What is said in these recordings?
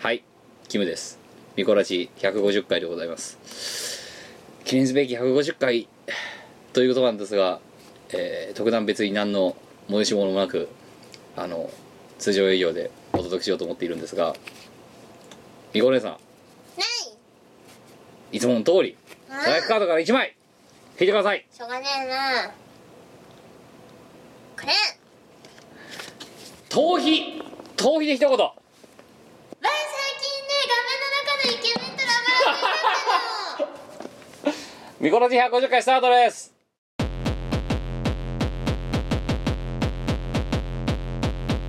はい、キムです。ミコラジ150回でございます。記念すべき150回ということなんですが、えー特段別に何の催し物もなく、あの、通常営業でお届けしようと思っているんですが、ミコ姉さん、いつもの通り、ないドライフカードから1枚、引いてください。しょうがねえなこれ逃避逃避で一言わあ最近ね画面の中のイケメンとラブラブになったのミコラジ150回スタートです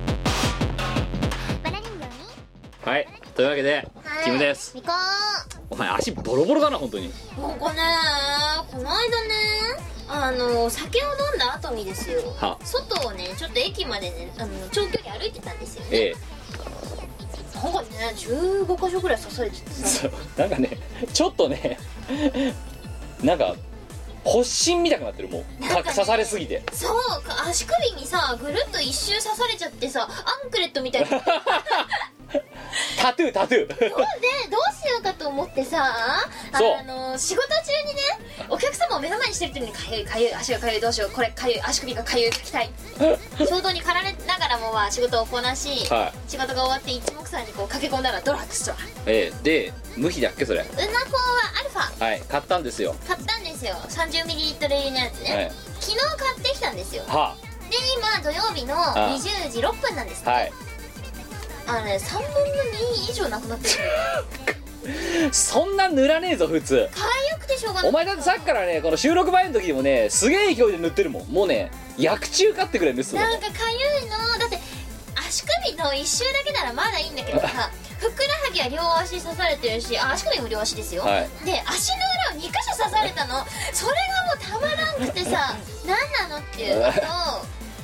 バラ人形にはい、というわけで、はいキムです。みこお前足ボロボロだな、本当に。もうこねこの間ねあの酒を飲んだ後にですよは外をねちょっと駅までねあの長距離歩いてたんですよねええ。なんかね15箇所ぐらい刺されて てさそうなんかねちょっとねなんか発疹みたくなってるもうなんかね刺されすぎて そうか足首にさぐるっと一周刺されちゃってさアンクレットみたいなタトゥータトゥーでどうしようかと思ってさそうあの仕事中にねお客様を目の前にしてる時にかゆいかゆい足がかゆいどうしようこれかゆい足首がかゆい書きたい衝動に駆られながらもまあ仕事をこなし、はい仕事が終わって一目散にこう駆け込んだらドラッグストアええで無比だっけそれうなこはアルファはい買ったんですよ買ったんですよ 30ml 入りのやつね、はい昨日買ってきたんですよでは今土曜日のあ20時6分なんですあはいあのね3分の2以上なく なってるそんな塗らねえぞ普通かゆくてしょうがないお前だってさっきからねこの収録前の時でもねすげえ勢いで塗ってるもんもうね薬中買ってくれ塗ってなんかかゆいのだって足首の一周だけならまだいいんだけどさ ふくらはぎは両足刺されてるしあ足首も両足ですよ、はいで足の裏を2箇所刺されたのそれがもうたまらんくて さ何なのっていうのと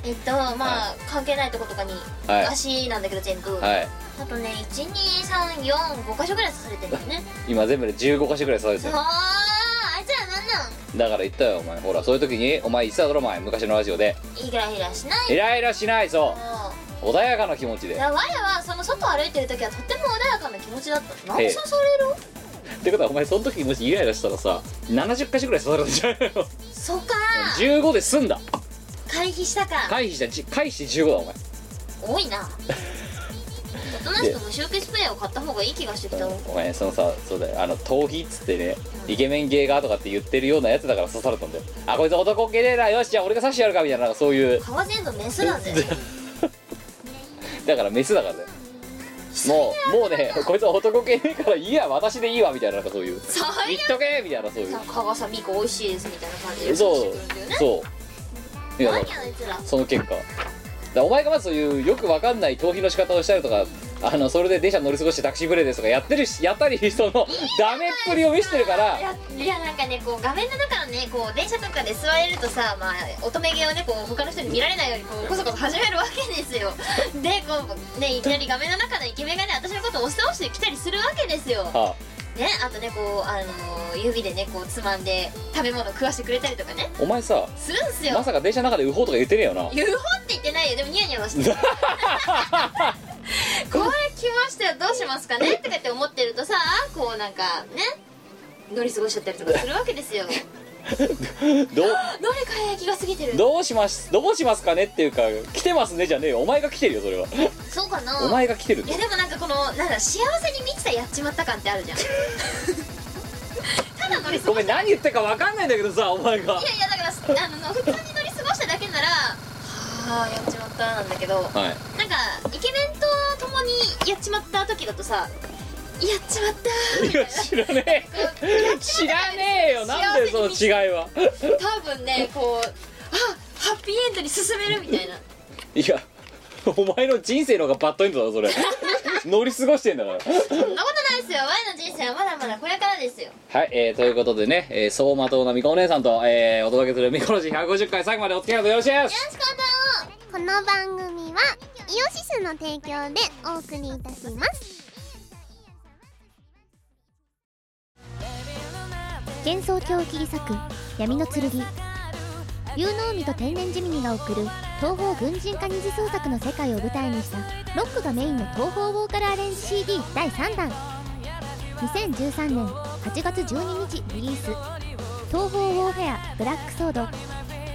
えっとまあ関係ないとことかにはい足なんだけど全部、はいあとね12345箇所ぐらい刺されてるんだよね今全部で15箇所ぐらい刺されてあるああいつら何なんだから言ったよお前ほらそういう時にお前言ってただろお前昔のラジオでイライラしないイライラしないぞの穏やかな気持ちでいや我はその外を歩いてる時はとっても穏やかな気持ちだったなんええで刺されるってことはお前その時もしイライラしたらさ70箇所ぐらい刺されたんじゃそっかないの15で済んだ回避したか回避したじ回避して15だお前多いなおとなしく無臭気スプレーを買った方がいい気がしてきたわお前そのさそうだよあの逃避っつってねイケメン芸がとかって言ってるようなやつだから刺されたんだよあこいつ男系ねえなよしじゃあ俺が刺してやるかみたいななんかそういう蚊は全部メスなんだよだからメスだからだよもうもうねこいつは男系ねえからいいや私でいいわみたいななんかそういう最悪言っとけみたいなそういさう蚊がさミコ美味しいですみたいな感じでそ刺してくるんだうよねそういや何やあいつらその結果だからお前がまずそういうよくわかんない逃避の仕方をしたりとかあのそれで電車乗り過ごしてタクシーブレーですとかやってるしやったりそのダメっぷりを見せてるからいやいやなんかねこう画面の中のねこう電車とかで座れるとさ、まあ、乙女芸をねこう他の人に見られないようにこうこそこそ始めるわけです よでこうねいきなり画面の中のイケメンがね私のことを押し倒してきたりするわけですよはあねあとねこう、あのー指でねこうつまんで食べ物食わしてくれたりとかねお前さするんすまよさか電車の中でウホとか言ってねえよな言うほって言ってないよでもニヤニヤはして るこれ来ましたよどうしますかねとかって思ってるとさこうなんかね乗り過ごしちゃったりとかするわけですよど乗り換え気が過ぎてるうどうしますどうしますかねっていうか来てますねじゃねえよお前が来てるよそれはそうかなお前が来てるいやでもなんかこのなんだ幸せに満ちたやっちまった感ってあるじゃ んただ乗り過ごごめしんたい何言ってるかわかんないんだけどさお前がやいやだからあの普通に乗り過ごしただけならはあやっちまったなんだけどはいなんかイケメンと共にやっちまった時だとさやっちまった いや知らねえ知らねえよなんでその違いは多分ねこうあハッピーエンドに進めるみたいないやお前の人生の方がバッドエンドだぞそれ乗り過ごしてんだからそんなことないですよ前の人生はまだまだこれからですよはい、えー、ということでね、えー、相馬灯のみこお姉さんと、えー、お届けするみこのじ150回最後までお付き合いのほどよろしいですよしここの番組はイオシスの提供でお送りいたします幻想郷を切り裂く闇の剣有能海と天然ジミニが送る東方軍人化二次創作の世界を舞台にしたロックがメインの東方ボーカルアレンジ CD 第3弾2013年8月12日リリース東方ウォーフェアブラックソード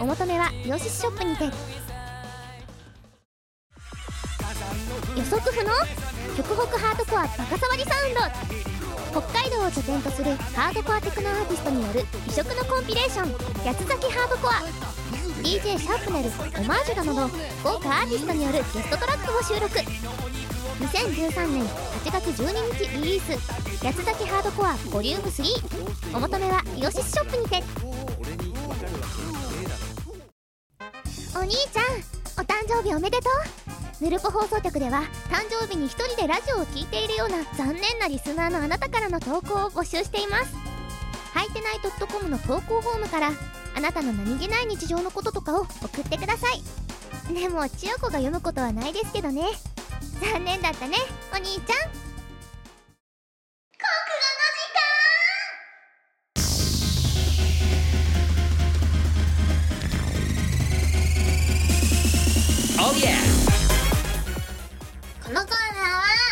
お求めはイオシスショップにて予測不能極北ハードコアバカ触りサウンド北海道を拠点とするハードコアテクノアーティストによる異色のコンピレーション「八つ崎ハードコア」DJ シャープネルオマージュなどの豪華アーティストによるゲストトラックを収録2013年8月12日リリース「八つ崎ハードコア Vol.3」お求めはイオシスショップにてお兄ちゃんお誕生日おめでとぬるぽ放送局では誕生日に一人でラジオを聴いているような残念なリスナーのあなたからの投稿を募集していますはいてない .com の投稿フォームからあなたの何気ない日常のこととかを送ってくださいでも千代子が読むことはないですけどね残念だったねお兄ちゃんオーこのコーナーは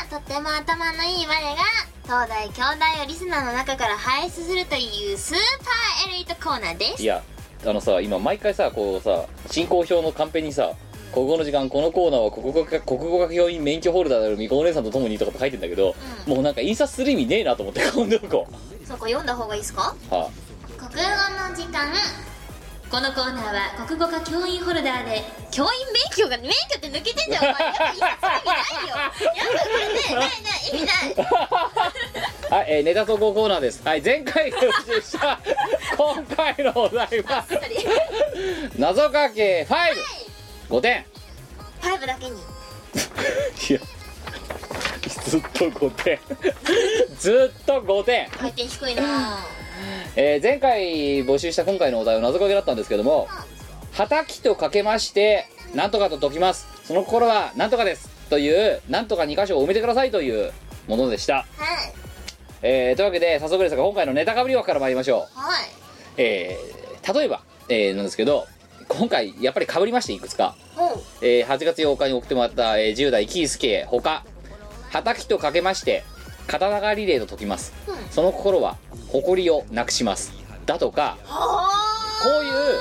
とっても頭のいい我が東大京大をリスナーの中から輩出するというスーパーエリートコーナーですいやあのさ今毎回さこうさ進行表のカンペにさ「国語の時間このコーナーは国語学国語学教員免許ホルダーであるみこお姉さんと共に」とかって書いてんだけど、うもうなんか印刷する意味ねえなと思ってこんな子そこ読んだ方がいいですかは国語の時間このコーナーは国語科教員ホルダーで教員免許が免許って抜けてんじゃんお前やっぱ一冊意味ないよやっぱこれねないない意味 ないあ はい、えーネタ投稿コーナーですはい前回募集した今回のお題は 謎かけ55点ファイブだけにいやずっと5点 ずっと5点回転低いなぁえー前回募集した今回のお題は謎かけだったんですけども「はたき」とかけまして「なんとか」と解きますその心は「なんとかです」という「なんとか2箇所を埋めてください」というものでした、はいえーというわけで早速ですが今回のネタかぶり枠から参りましょうはいえー例えば、えーなんですけど今回やっぱりかぶりましていくつか、おうえー8月8日に送ってもらった、えー10代キースケほかはたきとかけまして刀がリレーと解きます、うんその心は誇りをなくしますだとかはこういう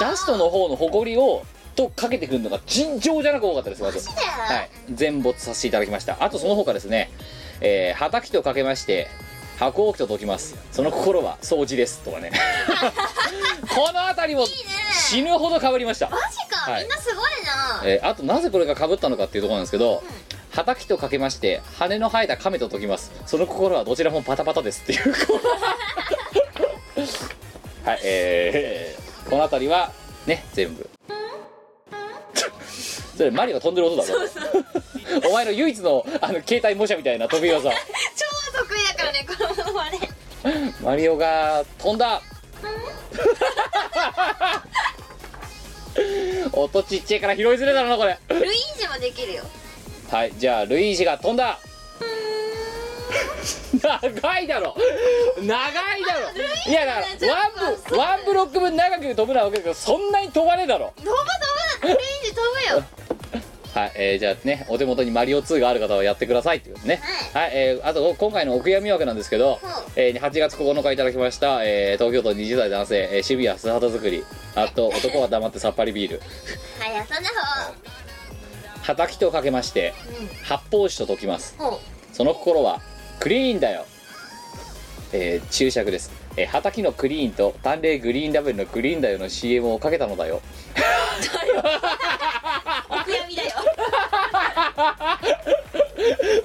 ダストの方の誇りをとかけてくるのが尋常じゃなく多かったですまずマジではい、全没させていただきましたあとその他ですねえーはたきとかけまして箱置きと解きますその心は掃除ですとか ねこの辺りも死ぬほどかぶりましたマジか、はいみんなすごいなえーあとなぜこれがかぶったのかっていうところなんですけど、はたきとかけまして羽の生えた亀と解きますその心はどちらもパタパタですっていう このはいえー、この辺りはね全部それマリオが飛んでる音だろお前の唯一のあの携帯模写みたいな飛び技超得意だから ねこのものはねマリオが飛んだ音ちっちゃいから拾いづれだろうなこれルイージもできるよはいじゃあルイージが飛んだ長いだろ長いだろいやだからワンブワンブロック分長く飛ぶのは分かるけどそんなに飛ばねえだろ飛ぶ飛ぶルイージ飛ぶよはい、えーじゃあねお手元にマリオ2がある方はやってくださいっていうことねはい、えーあと今回のお悔やみ枠なんですけど、えー8月9日いただきました、えー東京都20代男性、えー、渋谷素肌作りあと男は黙ってさっぱりビールはい遊んだ方はたきとかけまして発泡酒と解きますほうその心はクリーンだよ、えー注釈です、えー、畑のクリーンと淡麗グリーンラベルのグリーンだよの CM をかけたのだよ お悔やみだよ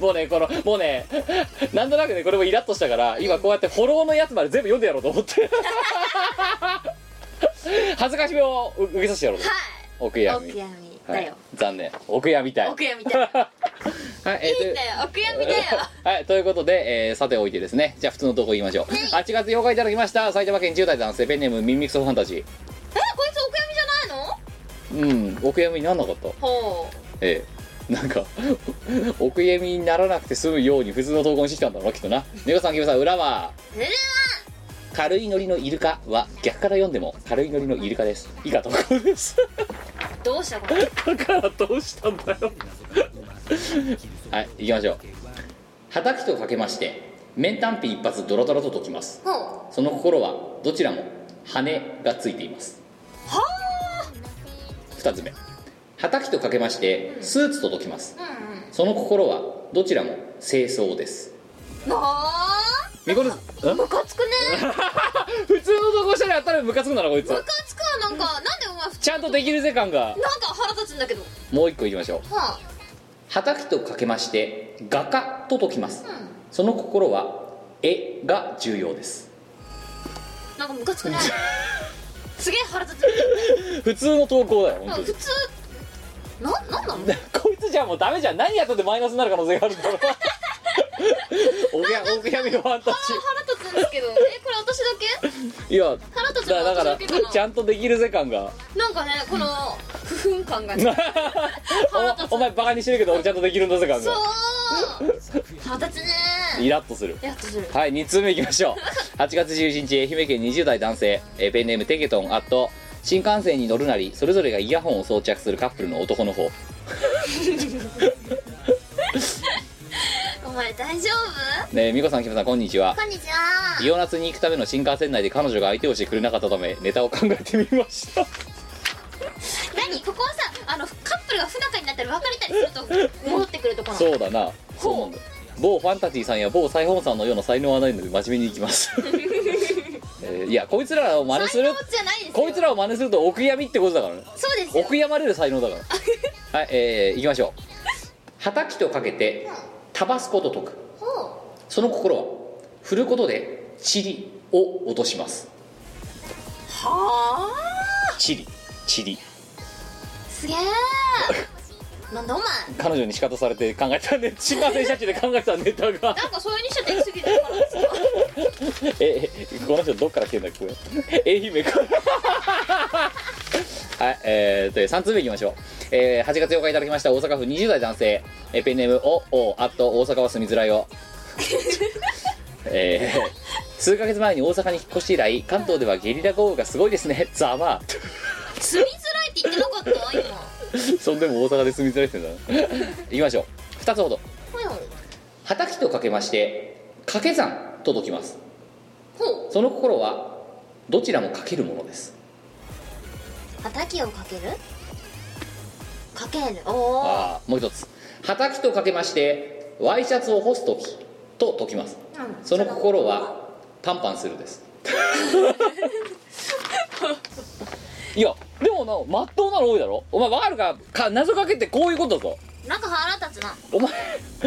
もうねこのもうね なんとなくねこれもイラッとしたから今こうやってフォローのやつまで全部読んでやろうと思って 恥ずかしみを受けさせてやろうとはお悔やいおみ悔やみはだいよ、残念お悔やみたいお悔やみだはよいえーといいんだよお悔やみだよ はい、ということで、えーさておいてですねじゃあ普通のとこ言いましょう、8月8日いただきました埼玉県10代男性ペンネームミンミクソファンタジーえこいつお悔やみじゃないのうんお悔やみにならなかったほええなんか お悔やみにならなくて済むように普通の投稿にしてきたんだろうなきっとなネコさんキムさん裏はううわ軽いノリのイルカは逆から読んでも軽いノリのイルカです以下投稿ですどうしたこれだからどうしたんだよ はい行きましょうはたきとかけまして面単品一発ドロドロと解きますほうはその心はどちらも羽がついています2つ目はたきとかけましてスーツと解きますあうんその心はどちらも清掃ですうんなあみこるんムカつくね 普通の投稿者に当たるムカつくならこいつムカつくわなんかなんでお前ふちゃんとできるぜ感がなんか腹立つんだけどもう一個いきましょうはあはたきとかけまして画家と解きますうんその心は絵が重要ですなんかムカつくねすげえ腹立つ普通の投稿だよなんか本当普に通ななんなのこいつじゃもうダメじゃん何やったってマイナスになる可能性があるんだろおぎやおぎやみのファンタジ腹立つんですけどえこれ私だけーいや腹立つのだだ私かだらけかなちゃんとできるぜ感がなんかねこの不憤感がね腹立つおお前バカにしてるけど俺ちゃんとできるんだぜ感そがう腹立つねイラッとするやっとするはい2通目いきましょう8月17日愛媛県20代男性えーペンネームテケトンあと新幹線に乗るなりそれぞれがイヤホンを装着するカップルの男の方お前大丈夫ねえ美子さんキムさんこんにちはこんにちはイオナツに行くための新幹線内で彼女が相手をしてくれなかったためネタを考えてみました何ここはさあのカップルが不仲になったり別れたりすると戻ってくるとこなのそうだなそうなんだ某ファンタジーさんや某サイホンさんのような才能はないので真面目に行きますえーいやこいつらを真似す才る能じゃないですよこいつらを真似すると奥闇ってことだからねそうですよ奥山れる才能だからはいえー、いきましょうはたきとかけてタバスコと解くほその心は振ることでチリを落としますうはチリチリあすげえ なんだお前彼女に仕方されて考えたね新幹線車中で考えたネタがなんかそういうにしちゃできすぎてるからですよええこの人どっから来てんだっけこれ愛媛から はいえー、という3通目いきましょう、えー、8月8日いただきました大阪府20代男性、えーペンネームおおあと大阪は住みづらいよ えー、数ヶ月前に大阪に引っ越して以来関東ではゲリラ豪雨がすごいですねざまあ住みづらいって言ってなかった今そんでも大阪で住みづらいって言うんだないきましょう2つほどほいほいはたきとかけまして掛け算と解きますほその心はどちらもかけるものですう畑をかけるかけるおおああもう一つはたきとかけましてワイシャツを干す時と解きますその心はパンパンするですいやでもなまっとうなの多いだろお前わかるかか謎かけってこういうことだぞなんか腹立つなお前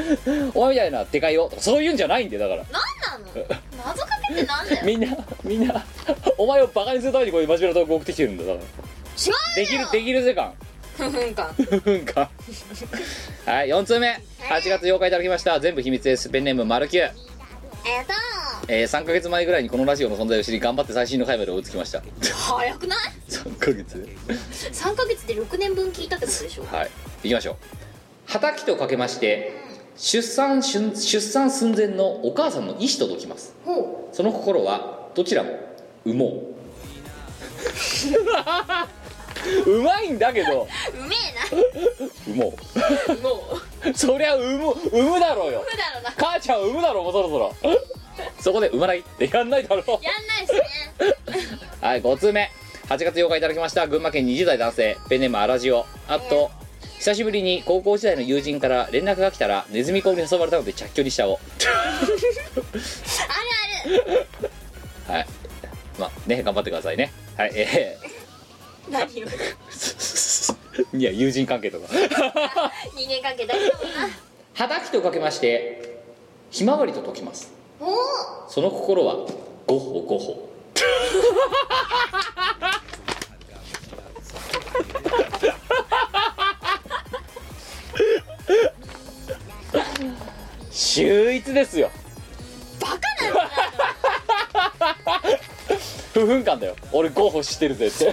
お前みたいなでかいよとかそういうんじゃないんでだからなんなの 謎かけってなんだよ違うよみんなみんなお前をバカにするためにこういう真面目な投稿送ってきてるんだだからできるできるぜ感ふふんかふふんかはい4通目8月8日いただきました全部秘密ですペンネームマルキューえっとえー、3ヶ月前ぐらいにこのラジオの存在を知り頑張って最新の回まで追いつきました早くない3ヶ月3ヶ月で6年分聞いたってことでしょはい行きましょうはたきとかけまして出産出出産寸前のお母さんの意思と解きますほその心はどちらも羽毛う まいんだけどううめ羽えなもう毛 そりゃ羽毛産むだろうよ無だろうな母ちゃん産むだろうもうそろそろそこで産まないってやんないだろうやんないっすねはい5通目8月8日いただきました群馬県20代男性ペンネームアラジオあと久しぶりに高校時代の友人から連絡が来たらネズミ講に誘われたので着去にしたをあるあるはいまあね頑張ってくださいねはいえ何をー いや友人関係とか人間関係大事だもんなはたきとかけましてひまわりと解きますおおその心はゴホゴホ秀逸ですよバカなのかな不憤感だよ俺ゴホしてるぜって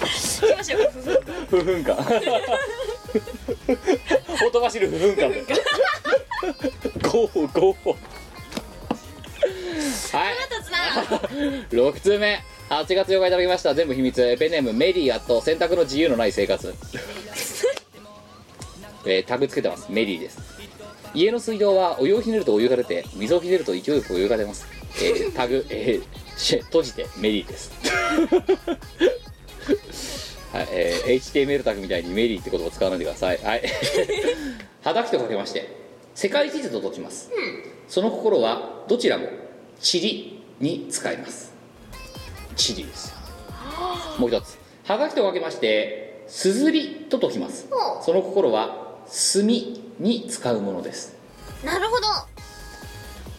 聞きましょうふふん不憤感ほとばしる不憤感だよゴホゴホはい 腹立つな6通目あ8月8日いただきました全部秘密えーペンネームメディアと洗濯の自由のない生活えータグつけてますメディです家の水道はお湯をひねるとお湯が出て水をひねると勢いよくお湯が出ます、えータグ、えーし閉じてメディですはい、えー HTML タグみたいにメディって言葉使わないでくださいはい はだきとかけまして世界地図と解きます、その心はどちらも地理に使います地理ですもう一つはがきとかけましてすずりと解きますその心は墨に使うものですなるほど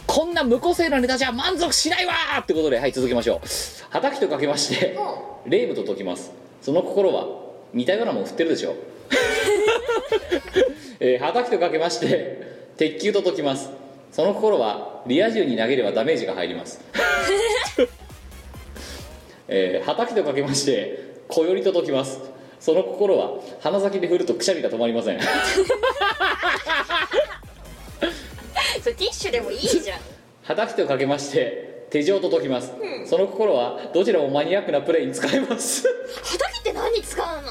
こんな無個性なネタじゃ満足しないわーってことではい続けましょうはたきとかけましてレームと解きますその心は似たようなもん振ってるでしょえーはたきとかけまして鉄球と解きますその心はリア充に投げればダメージが入りますえーはたきとかけまして小よりと解きますその心は鼻先で振るとくしゃみが止まりませんそれティッシュでもいいじゃんはたきとかけまして手錠と解きます、その心はどちらもマニアックなプレイに使えます畑って何に使う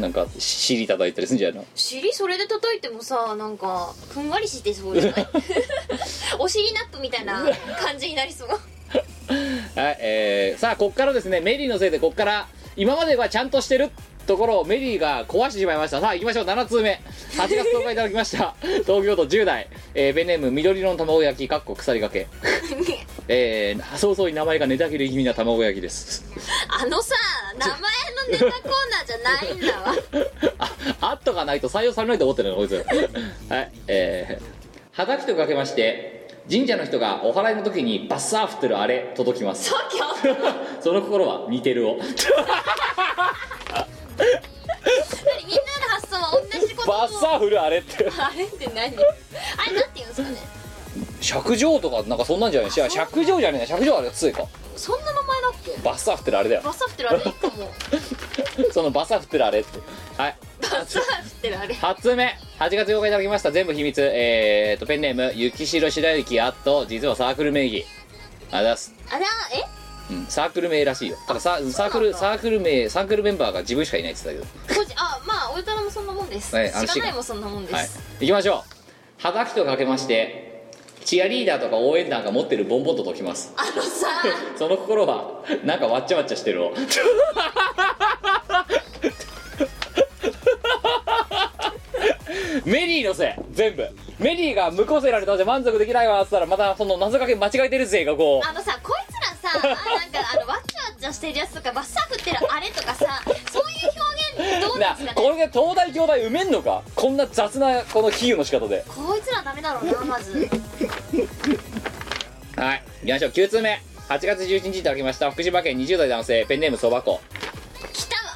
なんか尻叩いたりするんじゃないの尻それで叩いてもさなんかふんわりしてそうじゃ ないお尻ナップみたいな感じになりそうはいえー、さあこっからですねメリーのせいでこっから今まではちゃんとしてるところをメリーが壊してしまいましたさあ行きましょう7通目8月10日いただきました 東京都10代、えーペンネーム緑色の卵焼きかっこ鎖 掛けえー、早々に名前がネタ切れ気味な卵焼きですあのさ名前のネタコーナーじゃないんだわああっとかないと採用されないと思ってるのこいつはいえー、はがきとかけまして神社の人がお祓いの時にバッサー振ってるあれ届きます 東京その心は似てるをみんなの発想は同じことバッサー振るあれってあれって何あれなんて言うんですかね尺状とかなんかそんなんじゃないしいや尺状じゃねえな尺状あれがついかそんな名前だっけバッサー振ってるあれだよ バサ振ってるあれかもそのバッサー振ってるあれってはいバサ振ってるあれ8つ目8月8日いただきました全部秘密えー、とペンネームゆきしろ白雪あっと実はサークル名義あざっすあらえうんサークル名らしいよただササークルサークル名サークルメンバーが自分しかいないって言ってたこじあまあおいたらもそんなもんです、はいあの知らないもそんなもんでけどはいす、行きましょうはがきとかけましてチアリーダーとか応援団が持ってるボンボンと解きますあのさその心はなんかわっちゃわっちゃ してるをメリーのせい全部メリーが無個性なネタで満足できないわっつったらまたその謎かけ間違えてるぜがこあのさこいつ らさなんかあのわっちゃわっちゃしてるやつとかバッサ振ってるあれとかさそういう表現どううななんですかこねれで東大京大埋めんのかこんな雑なこの比喩の仕方でこいつらダメだろうなまずはい行きましょう9通目8月11日いただきました福島県20代男性ペンネームそばこ来たわ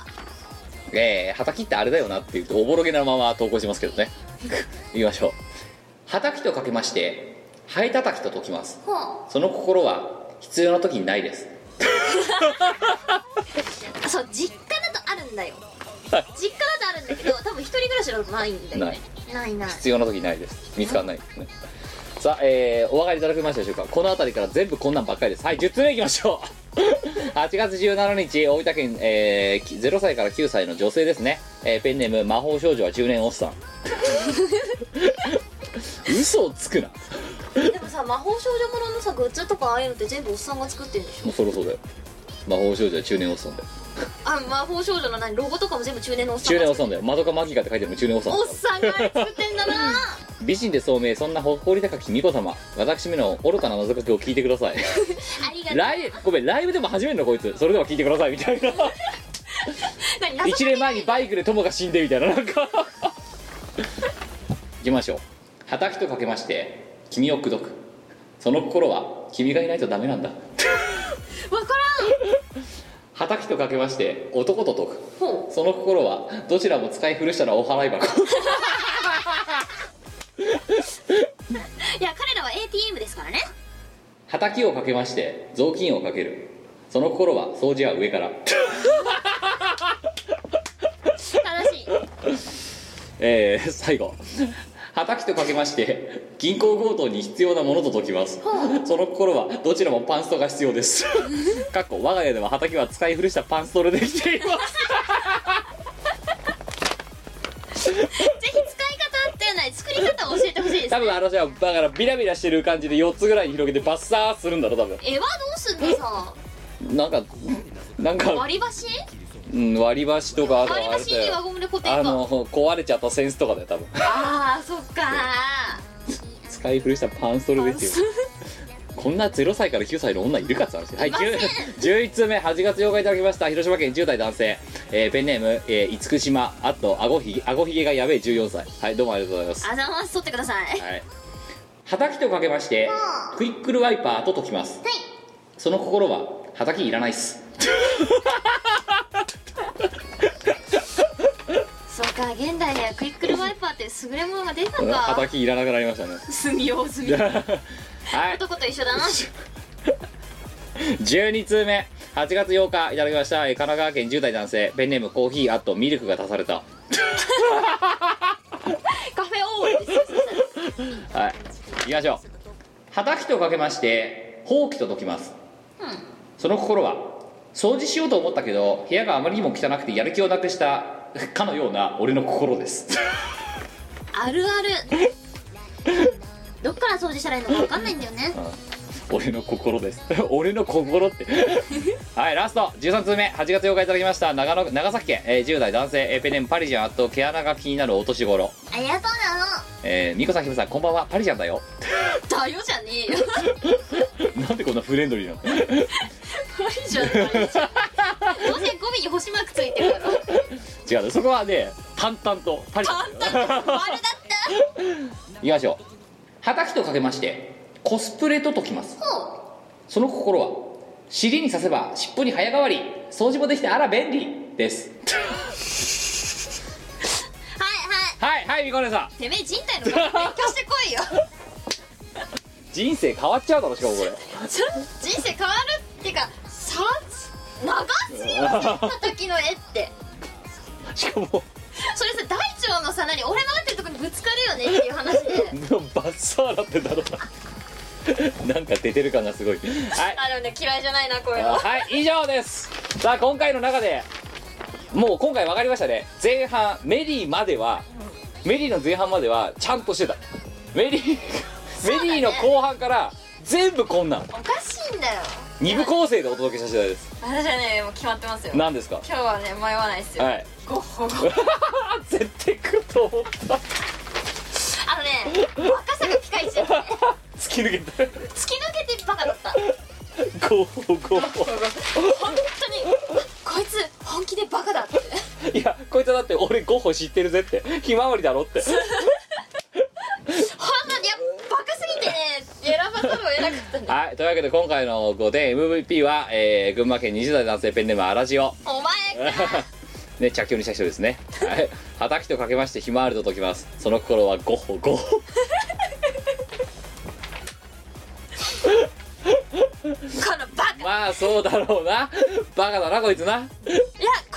えー、はたきってあれだよなって言っておぼろげなまま投稿しますけどね 行きましょうはたきとかけましてハエたたきと解きますほその心は必要な時にないですうそう実家だとあるんだよ実家だとあるんだ けど多分一人暮らしだとないんだよねないない必要な時にないです見つかんないですねさあ、えー、お分かりいただけましたでしょうかこの辺りから全部こんなんばっかりですはい10つ目いきましょう 8月17日大分県、えー、き0歳から9歳の女性ですね、えーペンネーム魔法少女は10年おっさん 嘘をつくなでもさ魔法少女もののさグッズとかああいうのって全部おっさんが作ってるんでしょもうそろそろだよ魔法少女は中年おっさんだよあ魔法少女の何ロゴとかも全部中年のおっさん中年おがっさんだよまどかマギカって書いてあるの中年おっさんだおよっさんがあれ作ってん だな美人で聡明そんな誇り高き美子様私めの愚かな謎かけを聞いてくださいありがとうライごめんライブでも始めるのこいつそれでは聞いてくださいみたいな何謎一年前にバイクで友が死んでみたいななんかいきましょうはたきとかけまして君を口説くその心は君がいないとダメなんだわからんはたきとかけまして男と解くほその心はどちらも使い古したらお払い箱ういや彼らは ATM ですからね叩きをかけまして雑巾をかけるその心は掃除は上から、正しいえー、最後はたきとかけまして銀行強盗に必要なものと解きますその心はどちらもパンストが必要ですかっこ我が家でははたきは使い古したパンストでできていますぜひ使い方っていうのは作り方を教えてほしいです多分あのじゃあだからビラビラしてる感じで4つぐらいに広げてバッサーするんだろ多分絵はどうすんのさなんかなんか、割り箸うん、割り箸とかあと割りあれ箸だによ輪ゴムで固定あかの壊れちゃったセンスとかだよ多分ああそっか使い古したパンストルですよこんな0歳から9歳の女いるかって話はい10 11通目8月8日いただきました広島県10代男性、えーペンネーム、えー、厳島あとあごひげあごひげがやべえ14歳はいどうもありがとうございますあざます取ってくださいはいはたきとかけましてクイックルワイパーと解きますはいその心ははたきいらないっすそっか現代にはクイックルワイパーって優れものが出たはかたきいらなくなりましたね墨用済みはい男と一緒だ な12通目8月8日いただきましたえー神奈川県10代男性ペンネームコーヒーあとミルクが足されたカフェオーレですよそしたらはい行きましょうはたきとかけましてほうきと解きます、その心は掃除しようと思ったけど部屋があまりにも汚くてやる気をなくしたかのような俺の心です あるあるどっから掃除したらいいのか分かんないんだよね俺の心です 俺の心ってはいラスト13通目8月8日いただきました長野長崎県、えー10代男性、えーペンネームパリジャンあと毛穴が気になるお年頃ありがとうなえー、みこさんひむさんこんばんはパリジャンだよ のだよじゃねえよなんでこんなフレンドリーなの無理じゃん無理じゃんどうせ語尾に星マークついてるから違うねそこはね淡々とパリジャンだよ 丸だったいきましょうはたきとかけましてコスプレと解きますほその心は尻に刺せば尻尾に早変わり掃除もできてあら便利ですはいはいはいはいみこねさんてめえ人体のこと勉強してこいよ人生変わっちゃうだろしかもこれそ人生変わるっていうかさ長すぎるった時の絵って しかも それさ大腸のさ何俺が待ってるとこにぶつかるよねっていう話でバッサーだってだろうななん か出てる感がすごいはいあのね嫌いじゃないなこういうのはい以上ですさあ今回の中でもう今回分かりましたね前半メリーまではメリーの前半まではちゃんとしてたメリー、うだメねリーの後半から全部こんなんおかしいんだよ二部構成でお届けした次第です私はねもう決まってますよ今何ですか日はね迷わないですよ、はい ゴッホゴッホ絶対来ると思ったあのね若さがピカイチだったね突き抜けて突き抜けてバカだ ったゴーゴー本当にこいつ本気でバカだっていやこいつはだって俺ゴッホ知ってるぜってひまわりだろって本当にいやバカすぎてね選ばざるを得なかったんだはいというわけで今回の5点 MVP は、えー群馬県20代男性ペンネームアラジオお前がね着用にした人ですねはいはたきとかけましてひまわりと解きますその心はゴッホゴッホこのバカまあそうだろうなバカだなこいつないやこ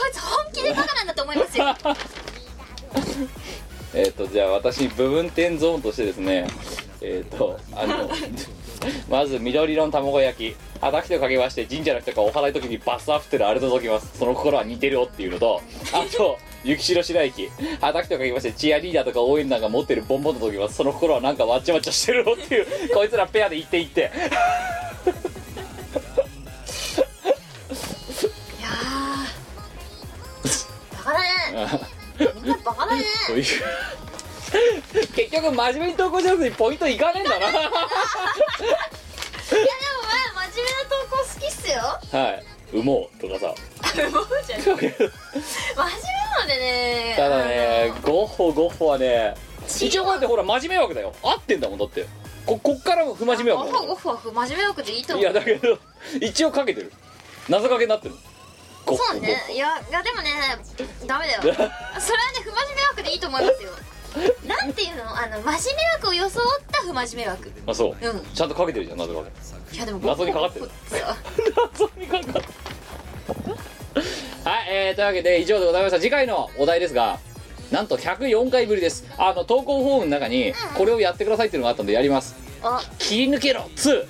いつ本気でバカなんだと思いますよ えっとじゃあ私部分点ゾーンとしてですねえっ、とあの まず緑色の卵焼きあたきとかけまして神社の人がお祓い時にバスアップってるあれと解きますその心は似てるよっていうのとあと雪城白雪あたきとかけましてチアリーダーとか応援団が持ってるボンボンと解きますその心はなんかわっちゃわっちゃしてるよっていうこいつらペアで行って行って いやーバカだねみんなバカだねという結局真面目に投稿しなくてポイントいかねえんだいやでもまあ真面目な投稿好きっすよなはい産もうとかさもうじゃん真面目なのでねただねあのゴッホゴッホはね一応こうやってほら真面目枠だよ合ってんだもんだってここっからも不真面目ゴ枠フだゴフゴフ真面目よくでいいとよい思やうだけど一応かけてる謎かけになってるゴッホそうねいやいやでもねダメだよそれはね不真面目枠でいいと思いますよなんていうのあの真面目枠を装った不真面目ゴ枠ッホあそう、うんちゃんとかけてるじゃん謎かけいやでも謎にかかってるそう謎にかかってはい、えー、というわけで以上でございました次回のお題ですがなんと104回ぶりですあの投稿フォームの中にこれをやってくださいっていうのがあったんでやりますお切り抜けろ2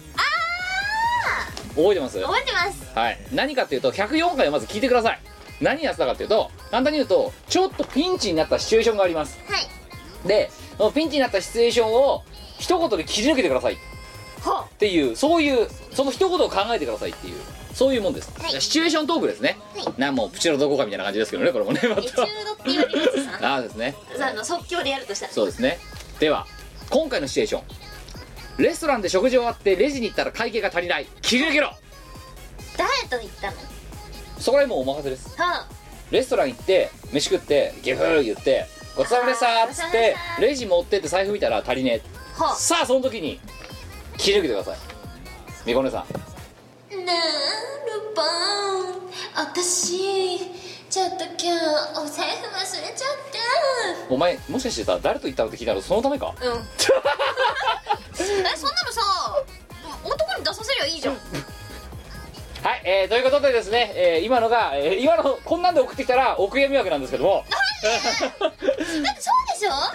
覚えてます覚えてますはい、何かっていうと104回をまず聞いてください何やってたかっていうと簡単に言うとちょっとピンチになったシチュエーションがありますはいでそのピンチになったシチュエーションを一言で切り抜けてくださいっほうていうそういうその一言を考えてくださいっていうそういうもんです、はいシチュエーショントークですね、はなんもうプチのどこかみたいな感じですけどねこれもねまエチュードって言われるやつさたああですねあの即興でやるとしたらそうですねでは今回のシチュエーションレストランで食事終わってレジに行ったら会計が足りない切り抜けろダイエットに行ったのそこら辺もうお任せですはレストラン行って飯食ってギフー言ってごちそうさまでしたっつってあーレジ持ってって財布見たら足りねえあはさあその時に切り抜けてくださいみこねさんなるばん私ちょっと今日お財布忘れちゃお前もしかしてさ誰と行ったのって聞いたのそのため かったうんえそんなのさ男に出させりゃいいじゃんはい、えーということでですね、えー今のが、えー今のこんなんで送ってきたらお悔やみ枠なんですけどもだってそうでしょレストラ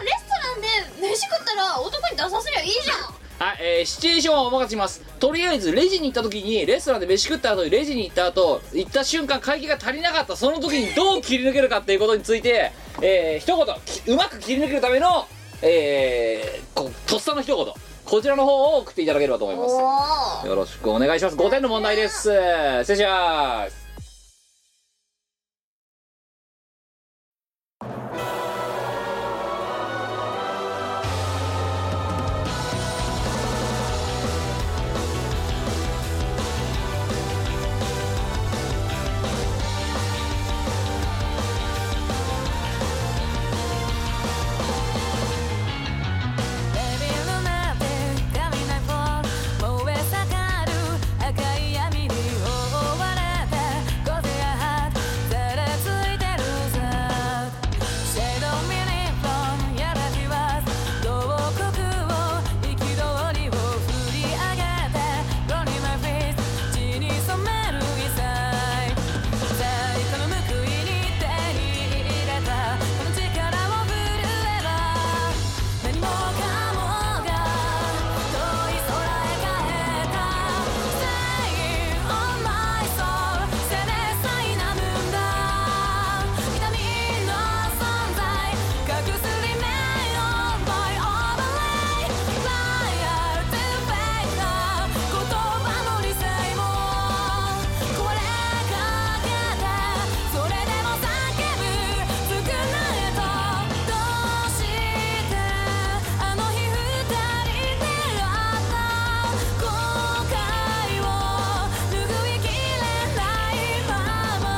ンで飯食ったら男に出させりゃいいじゃんはい、えーシチュエーションはお任せしますとりあえずレジに行った時にレストランで飯食った後にレジに行った後行った瞬間会計が足りなかったその時にどう切り抜けるかっていうことについて、えー一言きうまく切り抜けるためのえーこうとっさの一言こちらの方を送っていただければと思いまおすよろしくお願いします5点の問題です失礼します「レビューなんて髪なも燃え盛る」「赤い闇に覆われてゴテやハート」「ざらついてるさ」「シェードミニフォンやらきは牢獄を憤りを振り上げて」「ロニマフィス血に染める異彩」最高の報いに手に入れたこの力を振るえば何もかもが遠い空へ変えた Stay on my soul せでさいなむんだ痛みの存在隠すリメイを My overlay Fire to fake な言葉の理性も壊れかけてそれでも叫ぶ償いとどうしてあの日二人であった後悔を拭いきれないまま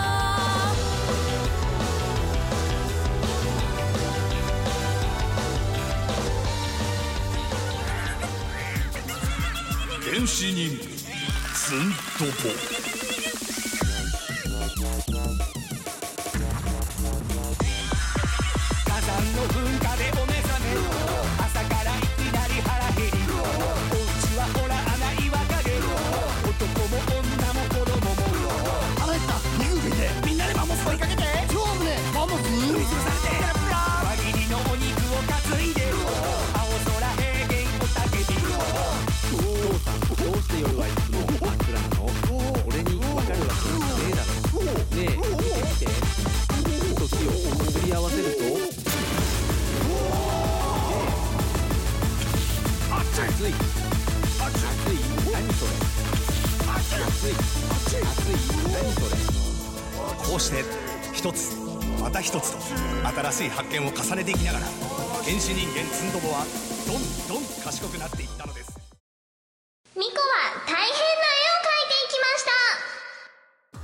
原始人ズンドボ火山の噴火でお目覚め朝からいきなり腹減りお家はほら穴岩陰男も女も子供も腹減った肉食いてみんなでマンモス追いかけて超危ねえマンモス踏み潰されてラブラ輪切りのお肉を担いで青空平原雄たけびどうして夜はいつも真っ暗なの俺に分かるわけねえだろねえ見て見て時をすり合わせると熱い熱い何それ熱い熱い何それこうして一つまた一つと新しい発見を重ねていきながら原始人間ズンドボはどんどん賢くなっていったのですミコは大変な絵を描いていきました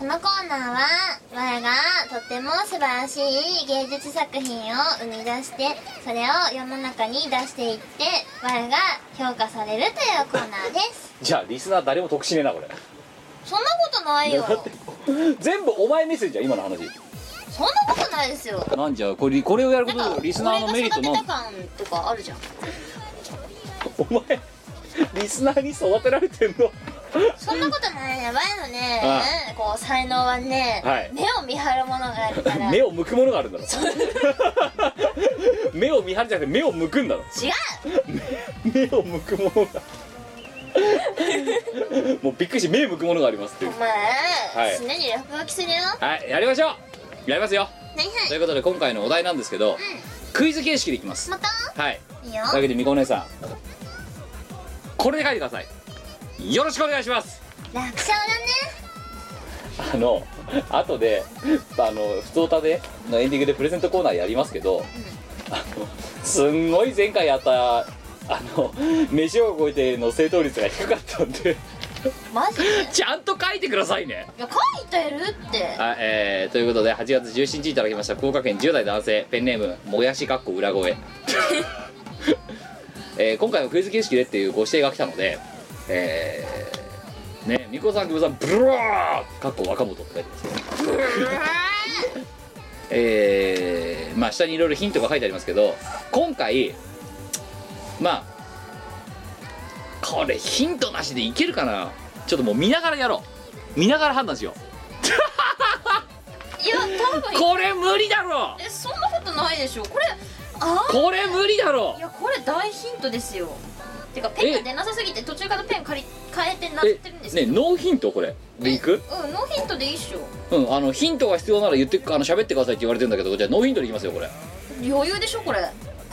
このコーナーは我がとても素晴らしい芸術作品を生み出してそれを世の中に出していって我が評価されるというコーナーですじゃあリスナー誰も得しねえなこれそんなことないよ 全部お前目線じゃん今の話そんなことないですよなんじゃこれこれをやるこなんとかでリスナーのメリット俺ながん育てた感とかあるじゃんお前リスナーに育てられてんのそんなことないね前のねあこう才能はね、はい目を見張るものがあるから目違うを向くものがあるんだろ 目を見張るじゃなくて目を向くんだろ目を向くものが もうびっくりして目向くものがありますっていうお前、はい常に落書きするよははいやりましょうやりますよいはいということで今回のお題なんですけど、クイズ形式でいきますまたはいいいよというわけでみこお姉さんこれで書いてくださいよろしくお願いします楽勝だねあの後であの「ふつおたで」のエンディングでプレゼントコーナーやりますけど、あのすんごい前回やったあの飯を超えての正答率が低かったんでマジでちゃんと書いてくださいねいや書いてるってはい、えー、ということで8月17日いただきました福岡県10代男性ペンネームもやしかっこ裏声、 えー今回はクイズ形式でっていうご指定が来たのでえー、ねみこさん久保さんブローかっこ若元って書いてますけど えー、まあ下にいろいろヒントが書いてありますけど今回まあこれヒントなしでいけるかなちょっともう見ながらやろう見ながら判断しよういや多分これ無理だろえそんなことないでしょこれあこれ無理だろいやこれ大ヒントですよてかペンが出なさすぎて途中からペン借り変えてなってるんですねけど、ノーヒントこれでいくうんノーヒントでいいっしょうんあのヒントが必要なら言ってあの喋ってくださいって言われてるんだけどじゃあノーヒントでいきますよこれ余裕でしょこれ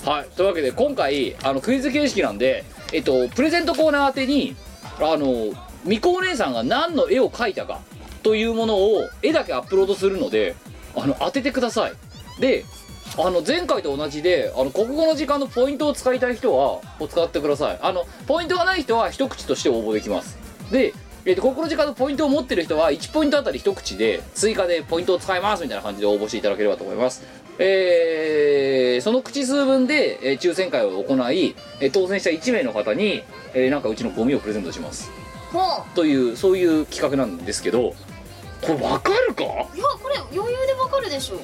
はいというわけで今回あのクイズ形式なんでえっとプレゼントコーナー宛てにあのみこお姉さんが何の絵を描いたかというものを絵だけアップロードするのであの当ててくださいであの前回と同じであの国語の時間のポイントを使いたい人はを使ってくださいあのポイントがない人は一口として応募できますで、えっと国語の時間のポイントを持ってる人は1ポイントあたり一口で追加でポイントを使いますみたいな感じで応募していただければと思いますえーその口数分で、えー抽選会を行い、えー当選した1名の方に、えーなんかうちのゴミをプレゼントしますほというそういう企画なんですけどこれわかるかいやこれ余裕でわかるでしょ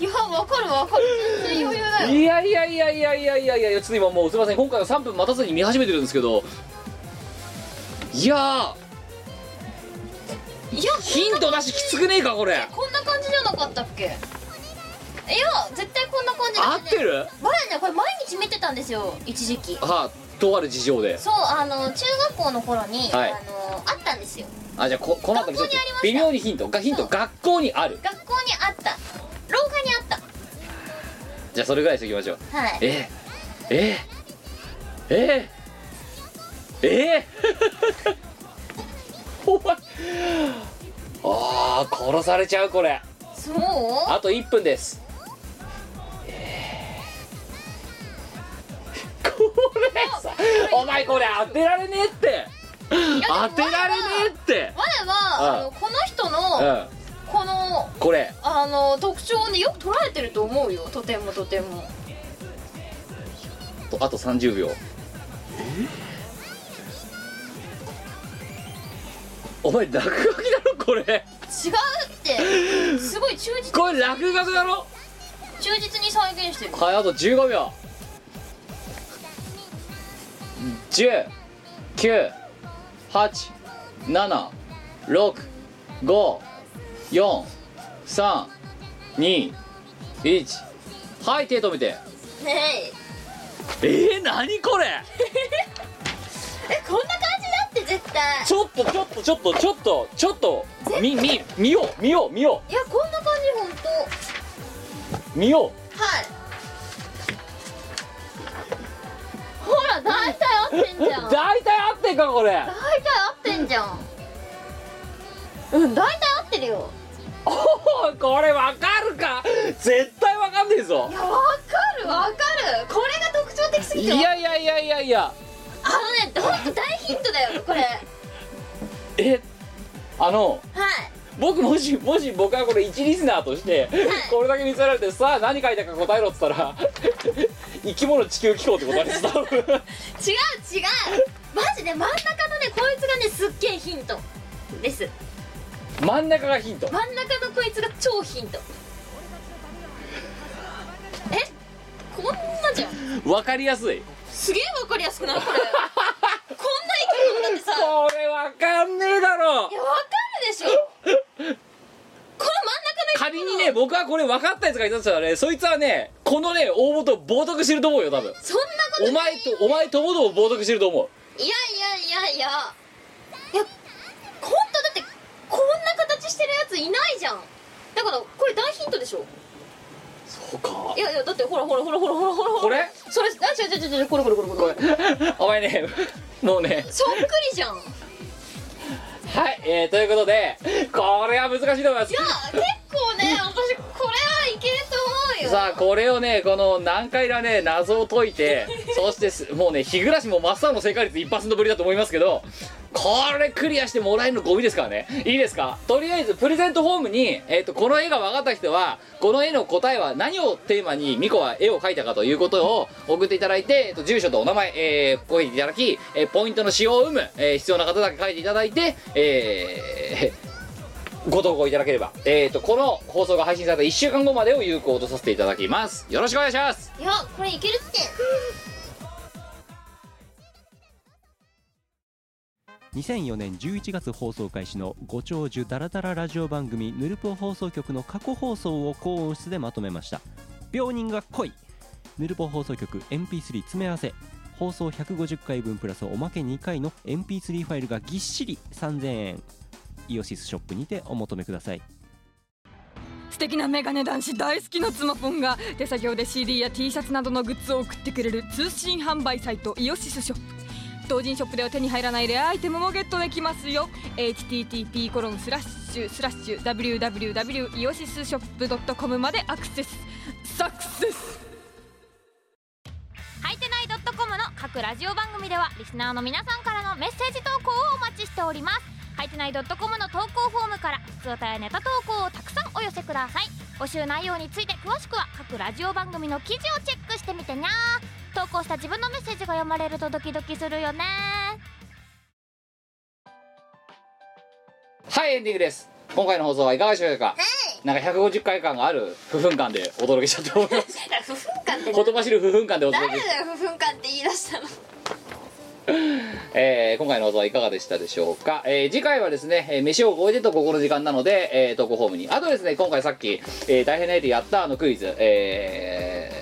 いやわかるわかる全然余裕だよいやいやいやいやいやいやいやちょっと今もうすいません今回は3分待たずに見始めてるんですけどいやーいやヒントなしきつくねえかこれこんな感じじゃなかったっけいや絶対こんな感じ合だってねる我ねこれ毎日見てたんですよ一時期はあとある事情でそうあの中学校の頃に、はいあのあったんですよあじゃあここの辺りちょっと学校にありました微妙にヒントがヒント学校にある学校にあった廊下にあったじゃあそれぐらいにしておきましょうはいええええええ お前ああ殺されちゃうこれそうあと1分です、えーこれさお前これ当てられねえって当てられねえって我はあのこの人のうこのんこれあの特徴をねよく捉えてると思うよとてもとてもとあと30秒お前落書きだろこれ違う ってすごい忠実これ落書きだろ忠実に再現してるはいあと15秒1 0 9 8 7 6 5 4 3 2 1はい手止めてねええー、何これえこんな感じだって絶対ちょっとちょっとちょっとちょっとちょっとみみ見よう見よう見よいやこんな感じ本当う見よはいほら大体合ってんじゃんう大体合ってんかこれ大体合ってんじゃんうん大体合ってるよおおこれわかるか絶対わかんねえぞわかるわかるこれが特徴的すぎいてわやいやいやいやいやあのねほんと大ヒントだよこれえあのはい僕もしもし僕はこれ一リスナーとしてこれだけ見せられてさあ何書いたか答えろっつったら生き物地球気候って答えです多分違う違うマジで真ん中のねこいつがねすっげえヒントです真ん中がヒント真ん中のこいつが超ヒントえこんなじゃんわかりやすいすげえわかりやすくないこれこん これわかんねえだろいやわかるでしょこの真ん中の仮にね僕はこれ分かったやつがいたとしたらねそいつはねこのね大元を冒涜してると思うよ多分そんなことお前とお前ともども冒涜してると思ういやいやいやいやいや本当だってこんな形してるやついないじゃんだからこれ大ヒントでしょそうかいやいやだってほらほらほらほらほらほらこれそれあ違う違う違う違うこれこれこれこれこれお前ねもうねそっくりじゃんいはい、えー、ということでこれは難しいと思いますや結構ね私これはいけると思うよさあこれをねこの難解なね謎を解いてそしてすもうね日暮らしも真っ青の正解率一発のぶりだと思いますけどこれクリアしてもらえるのゴミですからねいいですかとりあえずプレゼントフォームに、えー、とこの絵が分かった人はこの絵の答えは何をテーマにミコは絵を描いたかということを送っていただいて、えー、と住所とお名前、えー、ご入れていただき、えーポイントの使用有無、えー必要な方だけ書いていただいてえー、ご投稿いただければ、えー、とこの放送が配信された1週間後までを有効とさせていただきますよろしくお願いしますいやこれいけるって2004年11月放送開始のご長寿ダラダララジオ番組「ヌルポ放送局」の過去放送を高音質でまとめました病人が来いヌルポ放送局 MP3 詰め合わせ放送150回分プラスおまけ2回の MP3 ファイルがぎっしり3000円イオシスショップにてお求めください素敵なメガネ男子大好きの妻ポンが手作業で CD や T シャツなどのグッズを送ってくれる通信販売サイトイオシスショップ同人ショップでは手に入らないレアアイテムもゲットできますよ http コロンスラッシュスラッシュ www イオシスショップ .com までアクセスサクセスはいてない .com の各ラジオ番組ではリスナーの皆さんからのメッセージ投稿をお待ちしておりますはいてない .com の投稿フォームから普通歌やネタ投稿をたくさんお寄せください募集内容について詳しくは各ラジオ番組の記事をチェックしてみてにゃー投稿した自分のメッセージが読まれるとドキドキするよねはいエンディングです今回の放送はいかがでしょうか、なんか150回間がある不分間でお届けしたと思います だから不憤感って言葉知る不分間でお誰届けだよ不憤感って言い出したのえー今回の放送はいかがでしたでしょうか、えー次回はですね、えー飯を超えてとここの時間なので、えー投稿ホームにあとですね今回さっき、えー大変なやつやったあのクイズ、えー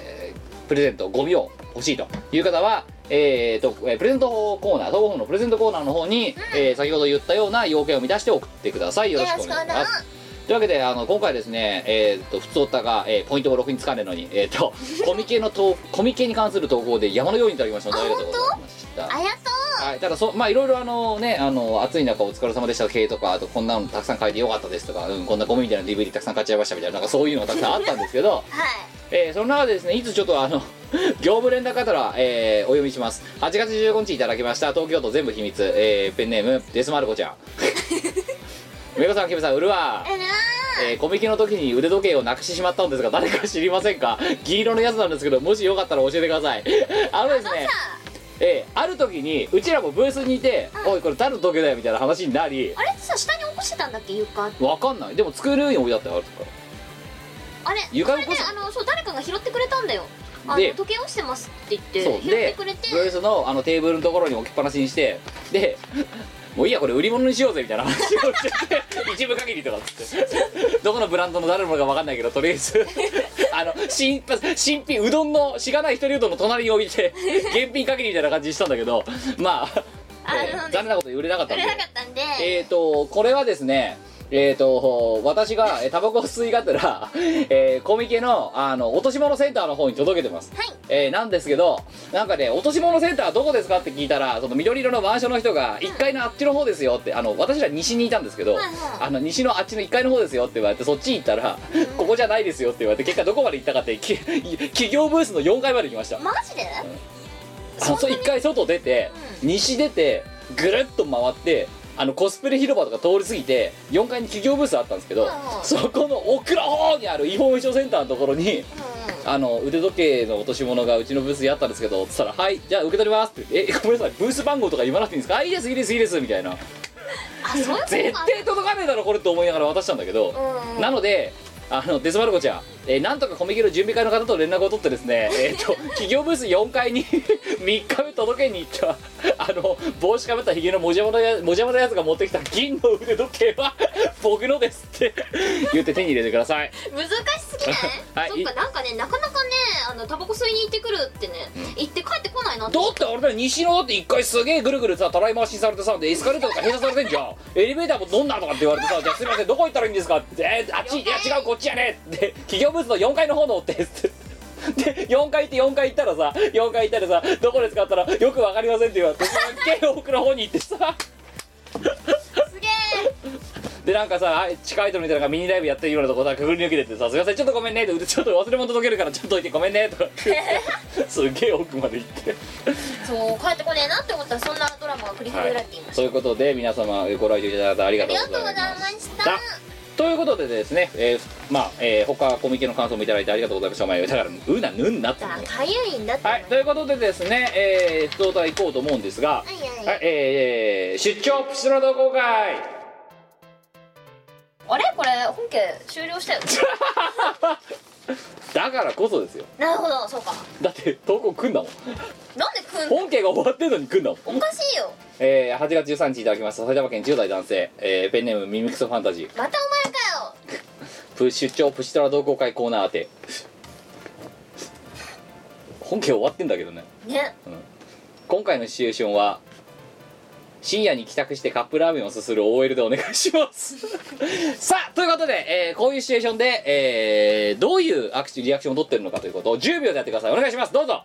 プレゼントゴミを欲しいという方はえーとえープレゼントコーナー投稿フォームのプレゼントコーナーの方に、えー先ほど言ったような要件を満たして送ってくださいよろしくお願いしよまろしくおすというわけであの今回ですねえーと普通おったが、えーポイントもろくにつかねえのにえーとコミケの投コミケに関する投稿で山のようにいただきましたのでありがとうございましたあやとはい、ただそまあいろいろあのねあの暑い中お疲れ様でした系とかあとこんなのたくさん買えてよかったですとか、うん、こんなゴミみたいな DVD たくさん買っちゃいましたみたいななんかそういうのがたくさんあったんですけど、うはいえーその中でですねいつちょっとあの 業務連絡あたら、えーお読みします8月15日いただきました東京都全部秘密、えーペンネームデスマルコちゃんメコさんキムさんうるわうるわえーコミケの時に腕時計をなくしてしまったんですが誰か知りませんか銀色のやつなんですけどもしよかったら教えてくださいあのですねえーある時にうちらもブースにいて「おいこれ誰の時計だよ」みたいな話になりあれってさ下に起こしてたんだっけ床ってわかんないでも机の上に置いてあったよあるとかあれ床そにれこでそあのそう誰かが拾ってくれたんだよあでの時計落ちてますって言そってう拾ってでくれてブースのあのテーブルのところに置きっぱなしにしてで 「もういいやこれ売り物にしようぜ」みたいな 話をしてて一部限りとかっつってどこのブランドの誰のものかわかんないけどとりあえず あの新新品うどんのしがない一人うどんの隣に置いて 現品限りみたいな感じにしたんだけどまあ、あえーなので残念なことに売れなかったくんれでなかったんでえっ、ー、とこれはですねえー、と私がえータバコを吸いがてら、えーコミケのあの落とし物センターの方に届けてます、はいえーなんですけどなんかね落とし物センターどこですかって聞いたらその緑色のマンションの人が1階のあっちの方ですよってあの私ら西にいたんですけど、あの西のあっちの1階の方ですよって言われてそっち行ったら、ここじゃないですよって言われて結果どこまで行ったかってき企業ブースの4階まで行きましたマジであのそう一回外出て、西出てぐるっと回ってあのコスプレ広場とか通り過ぎて4階に企業ブースあったんですけど、そこの奥の方にあるインフォメーションセンターのところに、あの腕時計の落とし物がうちのブースにあったんですけどっつったら「はいじゃあ受け取ります」って言ってえごめんなさいブース番号とか言わなくていいんですかあいいですいいですいいです」みたいなあそういうこと絶か対届かねえだろこれって思いながら渡したんだけど、なのであのデスマルコちゃん、えーなんとかコミケの準備会の方と連絡を取ってです ね、えー、と企業ブース4階に 3日目届けに行ったあの帽子かぶったひげのもじゃものやもじゃものやつが持ってきた銀の腕時計は僕のですって言って手に入れてください難しすぎない はいそっかなんかねなかなかねあのタバコ吸いに行ってくるってね行って帰ってこないなってだってあれだよ西野だって一回すげえぐるぐるさたらい回しにされてさでエスカレーターとか閉鎖されてんじゃんエレベーターもどんなとかって言われてさ「じゃあすいませんどこ行ったらいいんですか?」ってえーあっちいや違うこっちやね」って企業ブースの4階の方のってってで4階行って4階行ったらさ4階行ったらさ「どこですか?」って言ったら「よくわかりません」って言われてすっげえ奥の方に行ってさすげえでなんかさあ地下アイドルみたいなのがミニライブやってるようなとこさくぐり抜けてってさ「すいませんちょっとごめんね」って「ちょっと忘れ物届けるからちょっといてごめんね」とか言ってすっげえ奥まで行って。そう帰ってこねえなって思ったらそんなドラマが繰り広げられています、そういうことで皆様ご来場いただいた方ありがとうございましたありがとうございましたということでですね、えーまあ、えー他コミケの感想もいただいてありがとうございましたお前だからうなぬんなってだからかゆいんだって、はいということでですねえー、普通歌行こうと思うんですが、はいはいえー、出張プチドラ同好会あれこれ本家終 了したよだからこそですよなるほどそうかだって投稿来んだもんなんでくん本家が終わってんのに来んだもんおかしいよえー、8月13日いただきました埼玉県10代男性、えーペンネームミミクソファンタジーまたお前かよプ出張プチトラ同好会コーナー宛て本家終わってんだけどねね今回のシチュエーションは深夜に帰宅してカップラーメンをすする OL でお願いしますさあということで、えーこういうシチュエーションで、えーどういうアクシリアクションを取ってるのかということを10秒でやってくださいお願いしますどうぞ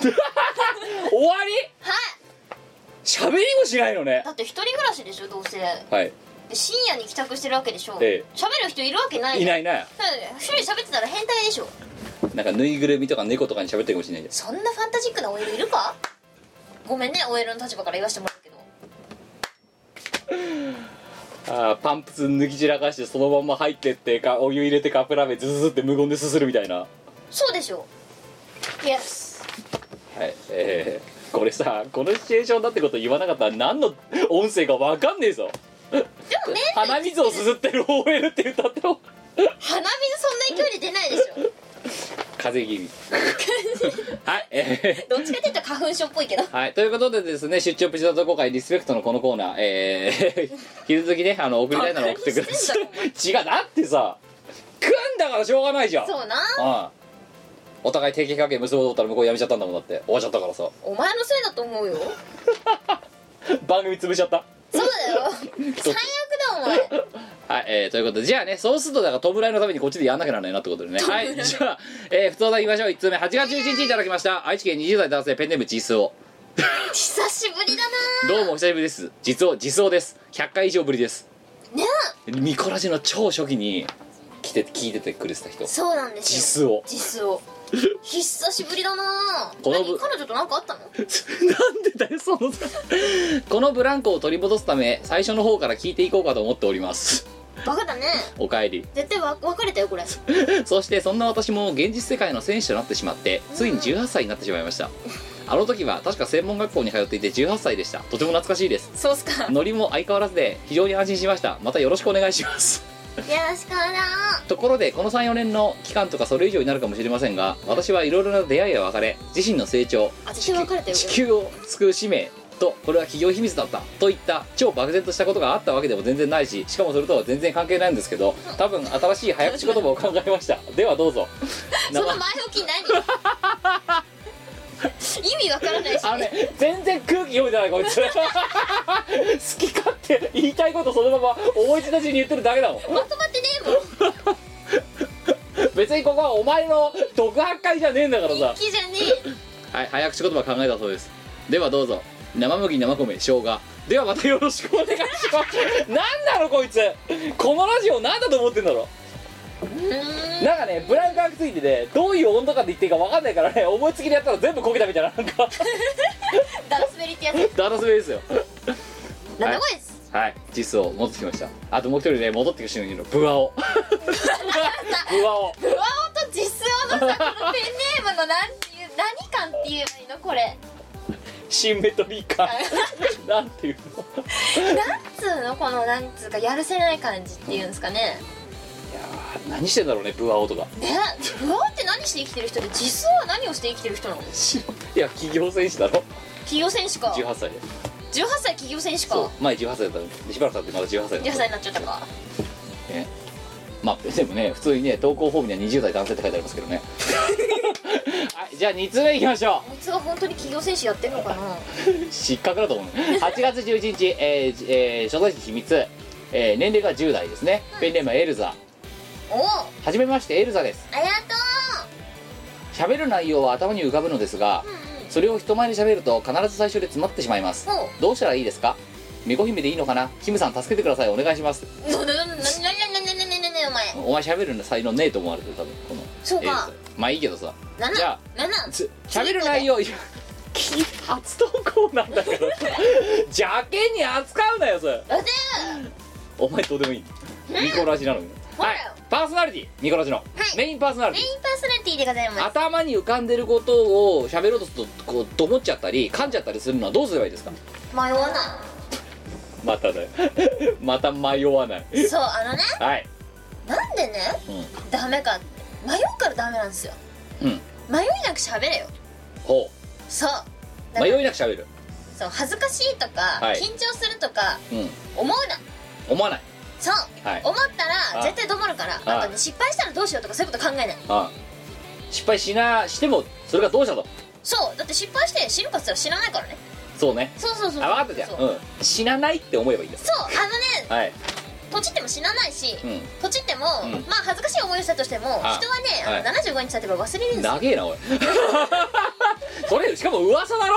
終わりはい喋りもしないのねだって一人暮らしでしょどうせはいで深夜に帰宅してるわけでしょ喋、ええる人いるわけないいないいな一人喋ってたら変態でしょなんかぬいぐるみとか猫とかに喋ってるかもしれないじそんなファンタジックな OL いるかごめんね OL の立場から言わせてもらうけどゃんあーパンプス脱ぎ散らかしてそのまんま入ってってかお湯入れてカップラーメンズズズって無言ですするみたいなそうでしょ Yes はいえー、これさこのシチュエーションだってこと言わなかったら何の音声かわかんねえぞでもね鼻水をすすってる OL って歌っても鼻水そんな勢いで出ないでしょ風邪気味 はい えどっちかっていうと花粉症っぽいけどーはい、ということでですね出張プチドラ同好会リスペクトのこのコーナーえー、 引き続きねあの送りたいなら送ってくださバカにい 違うだってさ組んだからしょうがないじゃんそうなうんお互い定期関係結ぼうと思ったら向こう辞めちゃったんだもんだって終わっちゃったからさお前のせいだと思うよ番組潰しちゃったそうだよ最悪だお前はい、えー、ということでじゃあねそうするとだから弔いのためにこっちでやんなきゃならないなってことでねはいじゃあ、えー、普通だいきましょう1通目8月11日いただきました愛知県20代男性ペンネームジスオ久しぶりだなどうもお久しぶりです実を実相です100回以上ぶりですねミコラジの超初期に来て聞いててくれてた人そうなんですジよスオ実を久しぶりだなこの部何彼女と何かあったの なんでだよそのこのブランコを取り戻すため最初の方から聞いていこうかと思っております バカだねおかえり絶対わ別れたよこれそしてそんな私も現実世界の選手となってしまってついに18歳になってしまいましたあの時は確か専門学校に通っていて18歳でしたとても懐かしいですそうっすかノリも相変わらずで非常に安心しましたまたよろしくお願いしますよろしくなところでこの34年の期間とかそれ以上になるかもしれませんが私はいろいろな出会いや別れ自身の成長私別れたよ地球を救う使命とこれは企業秘密だったといった超漠然としたことがあったわけでも全然ないししかもそれとは全然関係ないんですけど多分新しい早口言葉を考えましたではど うぞその前置き何意味わからないしあのね全然空気読めてないこいつ 好き勝手言いたいことそのまま思いつたちに言ってるだけだもんまとまってねえもん別にここはお前の独白会じゃねえんだからさ人気じゃねえはい早口言葉考えたそうですではどうぞ生麦生米生姜ではまたよろしくお願いし ますなんなのこいつこのラジオなんだと思ってんだろなんかねブランク空きついてねどういう温度感で言っていいか分かんないからね思いつきでやったら全部こけたみたいななんかダラスベリってやつだらすべですよなんだこいつはい実を戻ってきま したあともう一人ね戻ってくる人いるのブアオブアオ不安と実オのさこのペンネームのなんていう何感って言えばいいのこれシンメトリー 感なんていうのなんつうのこのなんつうかやるせない感じっていうんですかねいやー何してんだろうねブアオとかね不安って何して生きてる人で実は何をして生きてる人なのいや企業選手だろ企業選手か18 18歳で歳企業選手そうか前18歳だったのでしばらく経ってまだ18歳18だ歳になっちゃったかねまあでもね普通にね投稿フォームには20代男性って書いてありますけど ねはいじゃあ2通目いきましょこいつは本当に企業選手やってるのかうな失格だと思うね8月11日、えーじえー所在地秘密、えー年齢が10代ですねペンネームはエルザおはじめましてエルザですありがと喋る内容は頭に浮かぶのですが、それを人前で喋ると必ず最初で詰まってしまいますほどうしたらいいですか猫姫でいいのかなキムさん助けてくださいお願いしますなななななななななななお前お前喋るの才能ねえと思われてる多分このそうエかルザまあいいけどさなじゃあなななつ喋る内容いやき初投稿なんだからさ邪険に扱うなよそれだってお前どうでもいいミコラジなのにほらはいよパーソナリティミコラジの、メインパーソナリテメイィンパーソナリティでございます頭に浮かんでることを喋ろうとするとこうどもっちゃったり噛んじゃったりするのはどうすればいいですか迷わなまただよ また迷わないいそうあのねはいなんでねうダメかって迷うからダメなんですよん、うん、迷いなく喋れよほそううだから迷いなく喋るそう恥ずかしいとか、はい緊張するとかうん思うな思わないそう、はい思ったあら絶対どもるからああとね失敗したらどうしようとかそういうこと考えないああ失敗しなしてもそれがどうしたとそうだって失敗して死ぬかっつったら死なないからねそうねそうそうそうあ分かったじゃんそう,、うん死なないって思えばいいんだそうあのねはいとちっても死なないし、うんとちっても、うんまあ恥ずかしい思いをしたとしても人あはね、はいあの75日経てば忘れるんですよ長えなおい それしかも噂だろ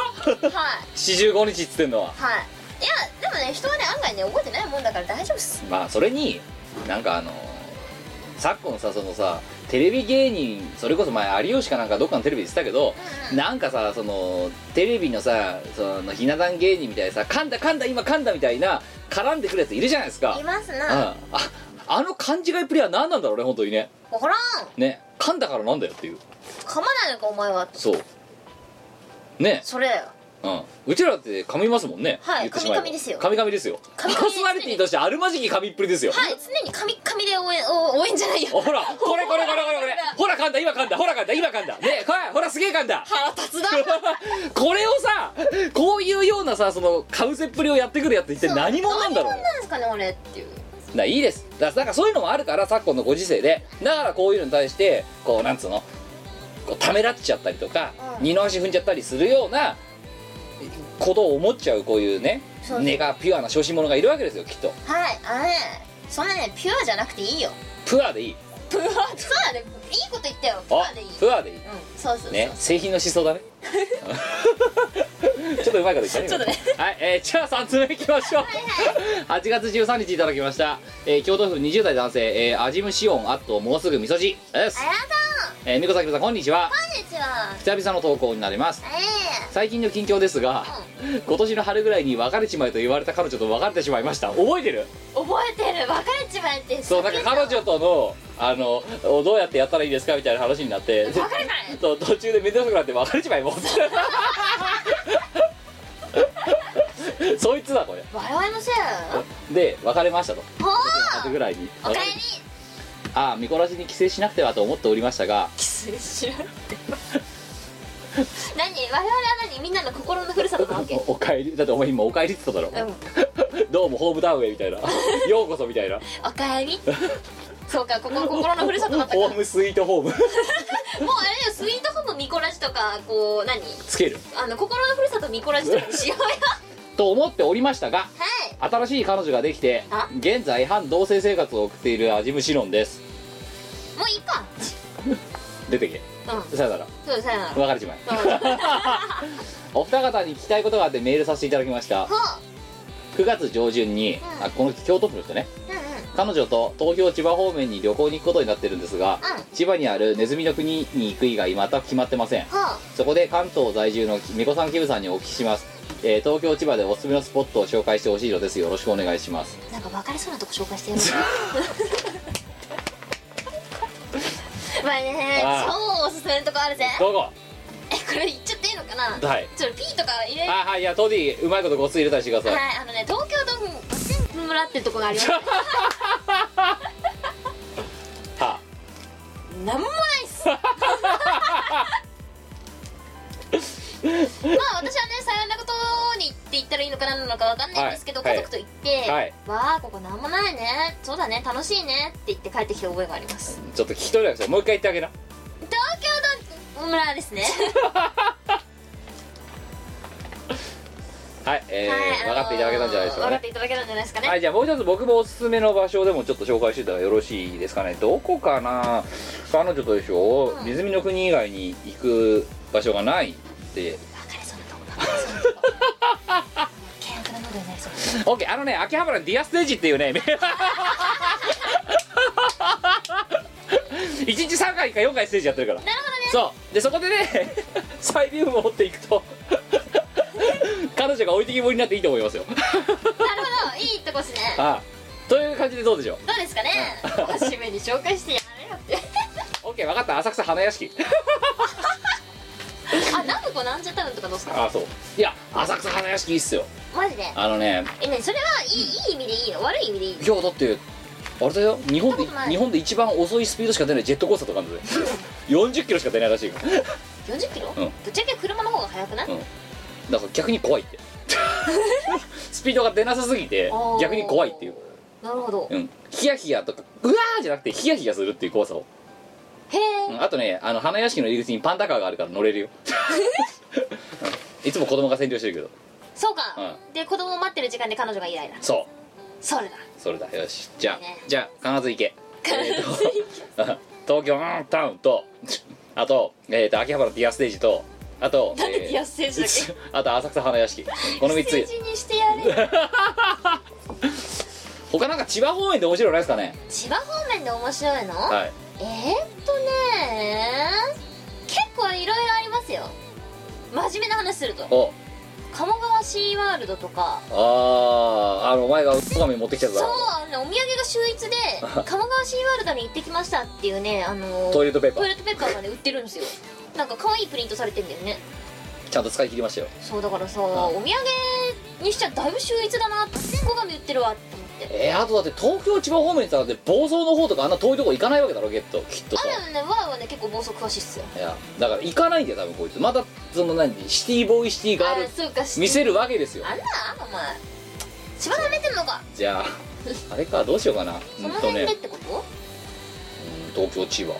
はい45日っつってんのははいいやでもね人はね案外ね覚えてないもんだから大丈夫っすまあそれになんかあのー昨今さそのさテレビ芸人それこそ前有吉かなんかどっかのテレビで言ってたけど、なんかさそのテレビのさそのひな壇芸人みたいなさ噛んだ噛んだ今噛んだみたいな絡んでくるやついるじゃないですかいますうん、なああの勘違いプレイは何なんだろうね本当にね分からんね噛んだからなんだよっていう噛まないのかお前はそうねそれだようん、うちらだって噛みますもんねは言いってしまえば噛み噛みですよ噛み噛みですよ噛み噛みですパーソナリティとしてあるまじき噛みっぷりですよ、はい常に噛み噛みで応援お応援じゃないよほらこれこれこれこれこれほら噛んだ今噛んだほら噛んだ今噛んだねほらほらすげえ噛んだ腹立つだ これをさこういうようなさその噛むせっぷりをやってくるやつって一体何者なんだろう何者なんですかね俺っていうだいいですだだからそういうのもあるから昨今のご時世でだからこういうのに対してこうなんつうのこうためらっちゃったりとか、うん二の足踏んじゃったりするようなことを思っちゃうこういうねそうそう根がピュアな初心者がいるわけですよきっとはいあのねそんなねピュアじゃなくていいよプアでいいプアそうだねいいこと言ったよプあアでいいうんプアでいいそうそうそう、ね製品の思想 だねちょっとうまいこと言ったねちょっとね今はい、えーじゃあ3つ目いきましょう8月13日いただきました、えー京都府20代男性、えー、アジムシオンあともうすぐみそじですうありがとえー、みこさきむさんこんにちはうこんにちは久々の投稿になりますえ最近の近況ですが、今年の春ぐらいに別れちまえと言われた彼女と別れてしまいました覚えてる覚えてる別れちまえってそうなんか彼女とのあのおどうやってやったらいいですかみたいな話になって別れないと途中で面倒くさくなって別れちまえもうって そいつだこれ我々のせいだよで別れましたとほう春ぐらいにおかえり ああ見こらしに帰省しなくてはと思っておりましたがキス知らんって何我々は何みんなの心のふるさとなわ けおおかえりだってお前今おかえりって言っただろ、 どうもホームタウンへみたいなようこそみたいなおかえりそうかここ心のふるさと だったかホらーもうムスイートホーム あれだよスイートホームミコラジとかこう何つけるあの心のふるさとミコラジとかにしようよと思っておりましたがはい新しい彼女ができてあ現在反同棲生活を送っているアジムシロンですもういいか出てけうんさよならそうさよなら別れちまえ お二方に聞きたいことがあってメールさせていただきました9月上旬に、あこの京都府の人ねうんうん彼女と東京千葉方面に旅行に行くことになってるんですが、千葉にあるネズミの国に行く以外全く決まってません、そこで関東在住のみこさんキムさんにお聞きします、えー東京千葉でおすすめのスポットを紹介してほしいのですよろしくお願いしますなんか分かりそうなとこ紹介してやるまあねああ超おすすめのとこあるぜどこえこれ言っちゃっていいのかなはいちょっと P とか入れあはいはいいやトディうまいことごっつい入れたりしてください、あのね東京ドームバチンもらってるとこがありますは なんもないっすまあ私はね幸いなことにって言ったらいいのかななのかわかんないんですけど、はい家族と行って、はいわあここなんもないねそうだね楽しいねって言って帰ってきた覚えがありますちょっと聞き取れなくてもう一回言ってあげな東京ドーム村ですねはいえーはい分かっていただけたんじゃないですあかのー分かっねていただけたんじゃないですかね、はいじゃあもう一つ僕もおすすめの場所でもちょっと紹介してたらよろしいですかねどこかな彼女とでしょ、うんネズミの国以外に行く場所がないって別れそうなとこだ険悪なのではないそうですオッケーあのね秋葉原のディアステージっていうね 一日3回か4回ステージやってるからなるほどねそうでそこでね サイリウムを持っていくと 彼女が置いてきぼりになっていいと思いますよ なるほどいいとこっすねああという感じでどうでしょうどうですかねおしめに紹介してやれよってオッケー分かった浅草花屋敷あなんこなんじゃったのとかどうっすかああそういや浅草花屋敷いいっすよマジであのねえねそれはいいいい意味でいいの悪い意味でいいの今日だってあれだよ日本で行ったことない日本で一番遅いスピードしか出ないジェットコースターとかあるんだよ40キロしか出ないらしいから40キロ、うんぶっちゃけ車の方が速くない、うんだから逆に怖いって スピードが出なさすぎてあー逆に怖いっていう、なるほどうん、ヒヤヒヤとかうわーじゃなくてヒヤヒヤするっていう怖さを、へえ、うんあとねあの花屋敷の入り口にパンダカーがあるから乗れるよ、うんい つも子供が占領してるけどそうか、うで子供を待ってる時間で彼女がイライラそうそれだそれだよしじゃあいいねじゃあ必ず行けえーと 東京うんタウンと あと,、えー、と秋葉原ディアステージとあとなんでディアスステージだっけ あと浅草花屋敷この3ステーつジにしてやれ よ他なんか千葉方面で面白いのないですかね千葉方面で面白いの、はいえー、っとね結構いろいろありますよ真面目な話するとお鴨川シーワールドとかあああのお前がお紙持ってきちゃっそうたあのねお土産が秀 逸で鴨川シーワールドに行ってきましたっていうねあのトイレットペーパトイレーットペーパーがね売ってるんですよなんか可愛いプリントされてんだよねちゃんと使い切りましたよそうだからさお土産にしちゃだいぶ秀逸だなって小紙売ってるわって思ってえー、あとだって東京千葉方面にさだって暴走の方とかあんな遠いとこ行かないわけだろゲットきっとさあでもねわーはね結構暴走詳しいっすよいやだから行かないんだよ多分こいつまたその何シティボーイシティガあールそうかし見せるわけですよあんなあんお前千葉舐めてんのかじ ゃああれかどうしようかなそのうんと辺ねでってことうん東京千葉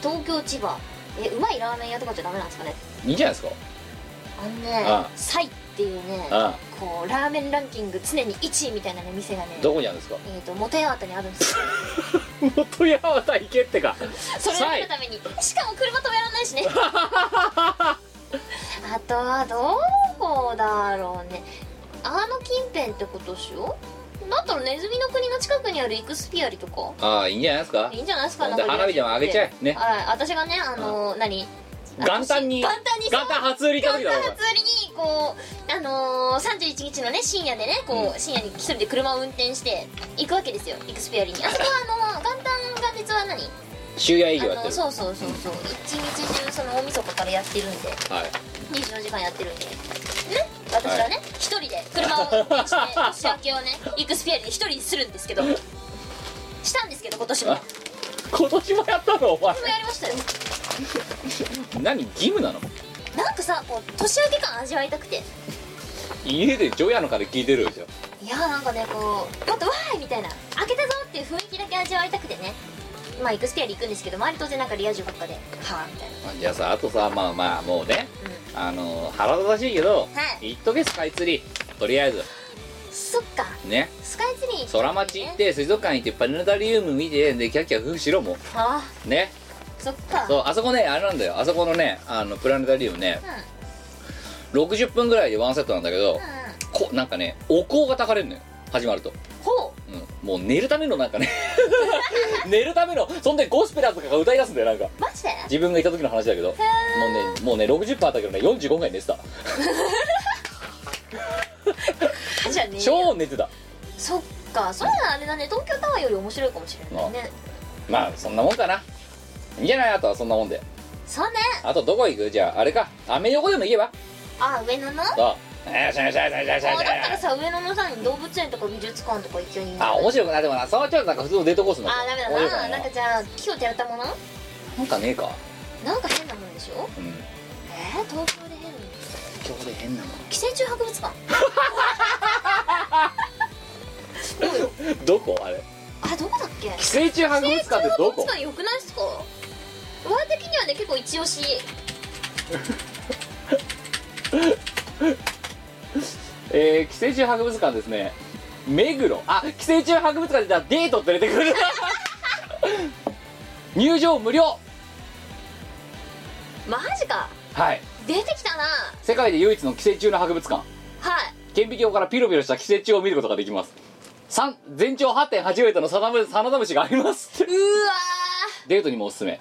東京千葉えうまいラーメン屋とかじゃダメなんですかねいいんじゃないですかあのねああサイっていうねあこうラーメンランキング常に1位みたいなね店がねどこにあるんですかえー、と元八幡にあるんですよ元山田行けってかそれをサ見イるためにしかも車止められないし ねあとはどこだろうねあの近辺ってことしようだったらネズミの国の近くにあるイクスピアリとかああいいんじゃないですかいいんじゃないですかじゃあなんか花火でも上げちゃえねはい私がねあの何元旦に元旦にそう元旦初売り元か時旦だろお前初売りにこうあのー、31日のね深夜でねこう、深夜に一人で車を運転して行くわけですよイクスピアリにあそこはあのー、元旦が実は何終夜営業やあってのるそうそうそうそう一日中その大晦日からやってるんではい24時間やってるんでね私はね一、人で車を運転して年明けをねイクスピアリで一人にするんですけどしたんですけど今年もあ今年もやったのお前今年もやりましたよ何義務なのなんかさこう年明け感味わいたくて家で除夜の鐘聞いてるでしょいやーなんかねこうもっとわーいみたいな開けたぞっていう雰囲気だけ味わいたくてねまあイクスピアリ行くんですけど周り当然なんかリア充ばっかではあみたいなまあじゃあさあとさまあまあもうねうあの腹立たしいけどはい行っとけスカイツリーとりあえずそっかねスカイツリー空町行って水族館行ってパネタリウム見てでキャッキャ夫婦しろもあうねーそっかそうあそこねあれなんだよあそこのねあのプラネタリウムね、60分ぐらいでワンセットなんだけど、うこなんかねお香がたかれるのよ始まると、んほうん、もう寝るためのなんかね 寝るためのそんでゴスペラーズとかが歌い出すんだよなんかうマジで自分がいた時の話だけどもうねもうね60%だけどね45回寝てたじゃあね超寝てたそっかそれならあれだね東京タワーより面白いかもしれないねまあそんなもんかないいんじゃないあとはそんなもんでそうねあとどこ行くじゃああれかアメ横でも行けばあ上野のあそうよしよしよしよしよしよだったらしさ上野のさ動物園とか美術館とか行きゃいいんじゃあない面白くないでもなそのちょっとなんか普通のデートコースになあダメだ面白くななんかじゃあ今日てやったものなんかねえかなんか変なもんでしょうんえー、東京で変な今日で変なも寄生虫博物館んどこあれあどこだっけ寄生虫博物館ってどこ寄生虫博物館良くないっすか我的にはね結構一押しえー、寄生虫博物館ですね目黒あ寄生虫博物館でじゃあデート連れてく る入場無料マジかはい出てきたな世界で唯一の寄生虫の博物館はい顕微鏡からピロピロした寄生虫を見ることができます三全長8 8メートルのサナムサナダムシがありますうわデートにもおすすめ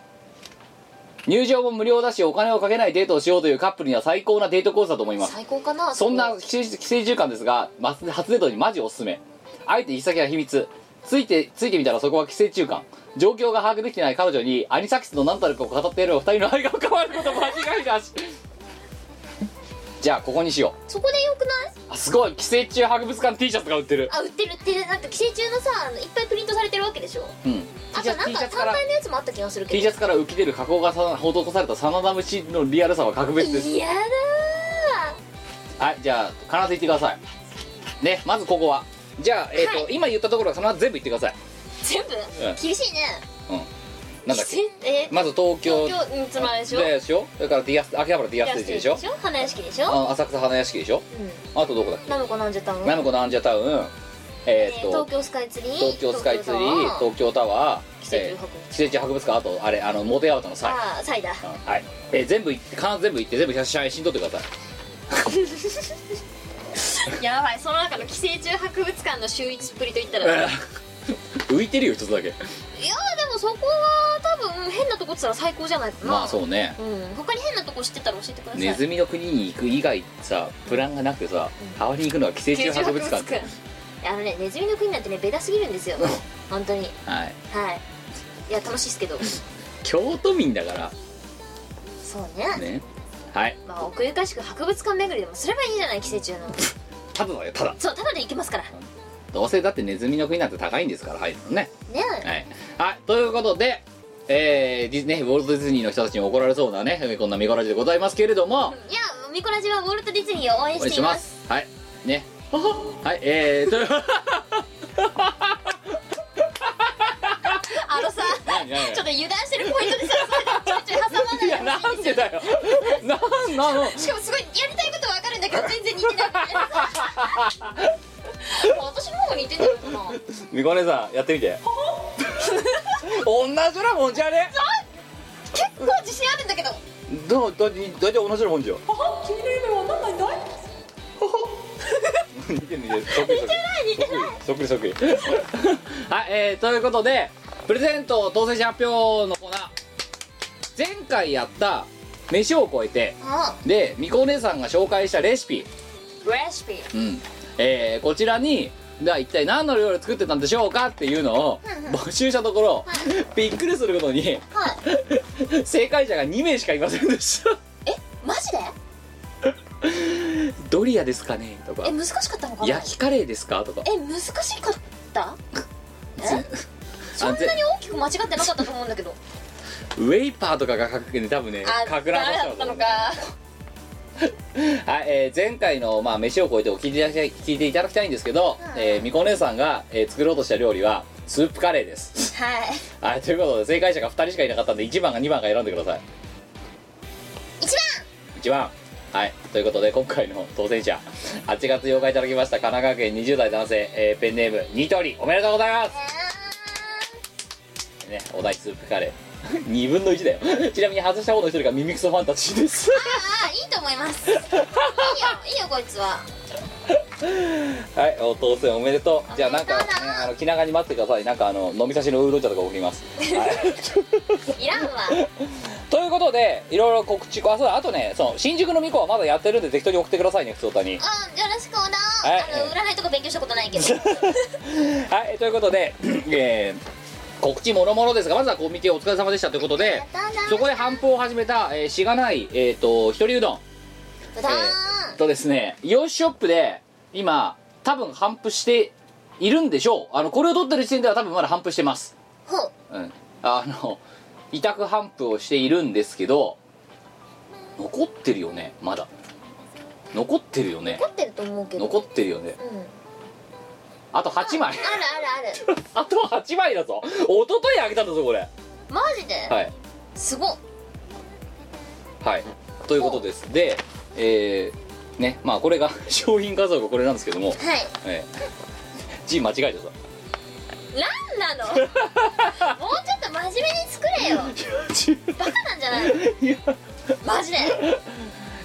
入場も無料だしお金をかけないデートをしようというカップルには最高なデートコースだと思いまーす最高かなそんな寄生寄生虫館ですがま初デートにマジおすすめあえて行き先は秘密ついてついてみたらそこは寄生虫館状況が把握できてない彼女にアニサキスの何たるかを語っているお二人の愛が変わること間違いなしじゃあここにしよそこでよくないうあすごい寄生虫博物館 T シャツが売ってるあ売ってる売ってるなんか寄生虫のさあのいっぱいプリントされてるわけでしょうんあ T シとャツなん T かシャ単ツから体のやつもあった気がする T けシャツから浮き出る加工がさ施されたサナダムシのリアルさは格別どですいやだはいじゃあ必ず行ってくださいねまずここはじゃあ、えーと今言ったところは必ず全部行ってくださいー全ん部、厳しいねなんだっけ寄生えーまず東京東京につまらでしょでしょそれからディアス秋葉原ディアステージでしょ安い花屋敷でしょあ浅草花屋敷でしょうんあとどこだっけナムコなんじゃったのナムコのアンジャタウンええーっ、と東京スカイツリー東京スカイツリー東京東京タワ寄ー生虫えー博物館寄生虫博物館あとあれあのモテアウトのタ際ワーああサイダーうんはい、えー全部行って必ず全部行って全部写真撮ってください やばいその中の寄生虫博物館の週一っぷりといったらいやえー 浮いてるよ一つだけでもそこは多分変なとこっつったら最高じゃないかなまあそうねうん他に変なとこ知ってたら教えてくださいネズミの国に行く以外さプランがなくてさ代わりに行くのは寄生虫博物館あのねネズミの国なんてねベタすぎるんですよ本当にはいはいいや楽しいっすけど京都民だかそうらねねはいまあ奥ゆかしく博物館巡りでもすればいいじゃない寄生虫のただだよただそうただで行けますからどうせだってネズミの国なんて高いんですから入るのねねはい、はい、ということでえー、ディズニーねウォルト・ディズニーの人たちに怒られそうなねこんな見殺しでございますけれどもいやミコラジはウォルト・ディズニーを応援おし願いてしいまますすはいね はいえー、というあのさ何何何ちょっと油断してるポイントでさちょいちょい挟まないい やでほしないんでだよなんなのしかもすごいやりたいことは分かるんだけど全然似てないみたいな私の方が似てんのかなみこねさんやってみて同じようなもんじゃね結構自信あるんだけどどうだい大体同じようなもんじゃん君の夢わかんないんだい似てる似てるそっくりそっくりそっくりそっくりそっくりはいえー、ということでプレゼント当選者発表のコーナー前回やった飯を超えてあでみこお姉さんが紹介したレシピレシピうんえーこちらにだ一体何の料理を作ってたんでしょうかっていうのを募集したところ、びっくりすることに、 正解者が2名しかいませんでした マジで「ドリアですかね?」とかえ難しかった「のかな焼きカレーですか?」とかえ難しかったそあんぜなに大きく間違ってなかったと思うんだけどウェイパーとかが書くね多分ねあかく乱させだっとたの思うかはい、えー前回の、まあ、飯を超えてお聞いていただきたい聞いていただきたいんですけど、えーみこお姉さんが、えー作ろうとした料理はスープカレーですはいはいということで正解者が2人しかいなかったんで1番か2番か選んでください一1番はいということで今回の当選者8月8日いただきました神奈川県20代男性、えーペンネームニトリおめでとうございますねお題スープカ レー2分の1だよちなみに外した方の一人がミミクソファンタジーです ああいいと思いますいいよいいよこいつははいお当選おめでとうじゃあなんか、おねめでとうだ、あの気長に待ってくださいなんかあの飲み差しのウーロン茶とか送り ます、はい、いらん わということでいろいろ告知あそうだあとねその新宿のミコはまだやってるんで適当に送ってくださいね普通たにうんよろしくおな、はいあの占いとか勉強したことないけどはい、ということで、えー告知もろもろですがまずはコミケお疲れ様でしたということでそこで反布を始めた、えーしがない、えー、と一人うどんうどーん、えーとですねイオシショップで今多分反布しているんでしょうあのこれを撮ってる時点では多分まだ反布してますほううんあの委託反布をしているんですけど残ってるよねまだ残ってるよね凝ってると思うけど残ってるよねうんあと8枚 あるあるあるあと8枚だぞ一昨日あげたんだぞこれマジで、はいすごっはいということですでえー、ねまあこれが 商品画像がこれなんですけども、はいえー、字間違えてさなん なのもうちょっと真面目に作れよバカなんじゃないのマジで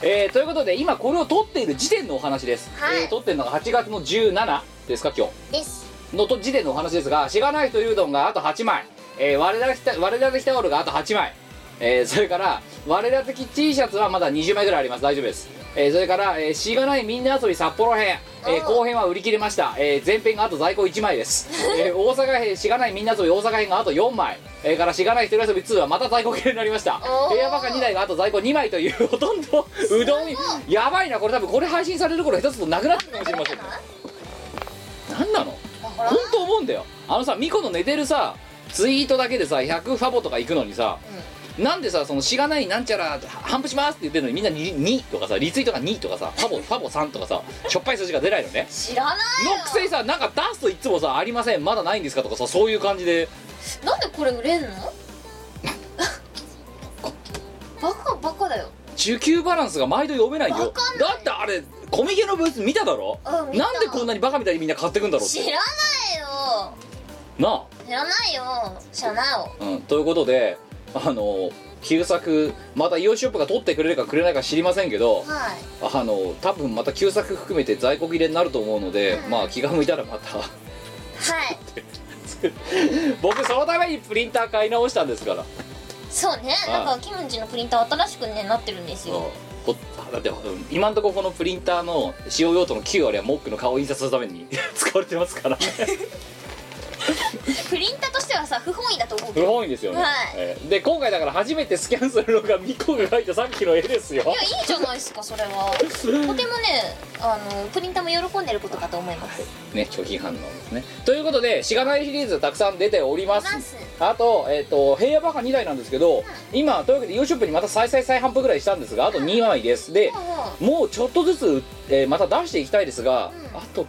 えー、ということで今これを撮っている時点のお話です、はいえー撮ってるのが8月の17ですか今です日のと時点のお話ですが「しがないというどん」があと8枚「えー、我らき我らきタオル」があと8枚、えーそれから「我らき T シャツ」はまだ20枚ぐらいあります大丈夫です、えーそれから、えーしがないみんな遊び札幌編」えーおう後編は売り切れました、えー前編があと在庫1枚です、えー大阪編しがないみんな遊び大阪編があと4枚えーからしがない一人遊び2はまた在庫切れになりましたおーエアバカ2台があと在庫2枚というほとんどうどんにやばいなこれ多分これ配信される頃一つとなくなってるかもしれませんね何なの本当思うんだよあのさミコの寝てるさツイートだけでさ100ファボとか行くのにさ、なんでさそのしがないなんちゃら反布しますって言ってるのにみんなに 2, とかさリツイートが2とかさファボファボ3とかさしょっぱい数字が出ないのね知らないのくせにさなんか出すといつもさありませんまだないんですかとかさそういう感じでなんでこれ売れん のバカバカだよ受給バランスが毎度読めないよわかんないだってあれコミケのブース見ただろうん見たなんでこんなにバカみたいにみんな買ってくんだろうっ知てらないよなあ知らないよ知らないようん、ということであの旧作またイオシショップが取ってくれるかくれないか知りませんけどはいあの多分また旧作含めて在庫切れになると思うので、まあ気が向いたらまた はい僕そのためにプリンター買い直したんですから、そうねはいなんかキムチのプリンター新しくねなってるんですよほだって、うん今んとここのプリンターの使用用途の9割はモックの顔を印刷するために 使われてます からねプリンターとしてはさ不本意だと思うけ不ど本意ですよね、はいえーで今回だから初めてスキャンするのがミコが描いたさっきの絵ですよいやいいじゃないですかそれはとてもねあのプリンターも喜んでることかと思いますね、拒否反応ですね。ということで、しがないシリーズたくさん出ております。ますあと、えっ、と、平野バカ2台なんですけど、今、というわけで、イオショップにまた再々再販布ぐらいしたんですが、あと2枚です。で、もうちょっとずつ、えーまた出していきたいですが、あと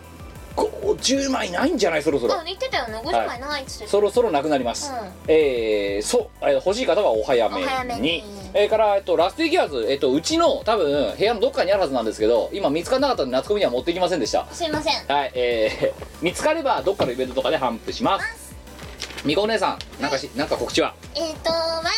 50枚ないんじゃないそろそろあ。言ってたよね50枚ないっつってそろそろなくなります、うんえーそう、えー欲しい方はお早めにお早めにえーから、えっと、ラスティギアーズ、えっと、うちの多分部屋のどっかにあるはずなんですけど今見つからなかったんで夏コミには持ってきませんでしたすいませんはい、えー、 見つかればどっかのイベントとかで反布します。みこお姉さん、なんかし、なんか告知は。えっ、と前の、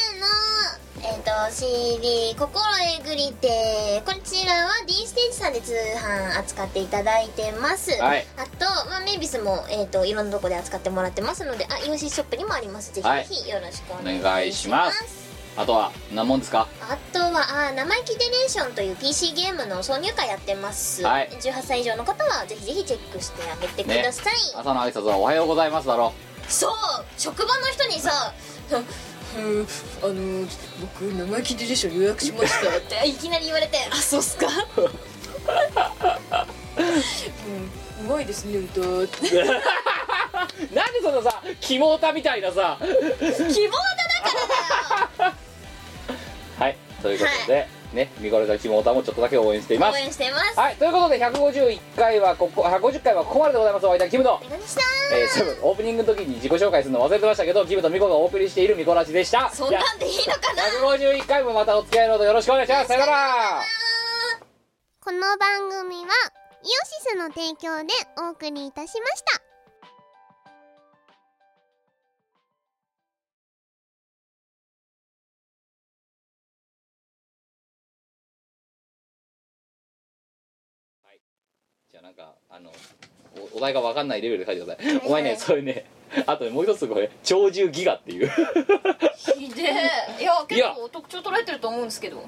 えっと CD「心えぐり亭」こちらは D ステージさんで通販扱っていただいてます、はいあと、まあ、メイビスも、えっといろんなとこで扱ってもらってますのであイオシスショップにもありますぜひぜひよろしくお願いします,、お願いしますあとは、何もんですか。あとはあー生意気デレーションという PC ゲームの挿入会やってます、はい18歳以上の方はぜひぜひチェックしてあげてください、朝の挨拶はおはようございますだろそう職場の人に さうんあの僕生意気デリション予約しましたって いきなり言われて「あそうっすか」うまいですね歌ってう。なんでそのさ、キモータみたいなさ。 希望だだからだよはい、ということで、ね、みこお姉さん、キモータもちょっとだけ応援していま応す。援してます。はい、ということで、151回はここ、150回はここまででございます。お相手はキムと、いかがでしたえー、セブンオープニングの時に自己紹介するの忘れてましたけど、キムとミコがお送りしているミコラジでした。そんなんでいいのかな151回もまたお付き合いのほどよろしくお願いしますさよならこの番組はイオシスの提供でお送りいたしましたじゃあなんかあのおお題が分かんないレベルで書いてくださいお前ねそれねあとねもう一つこれ鳥獣ギガっていう ひでえいやい結や構特徴捉えてると思うんですけど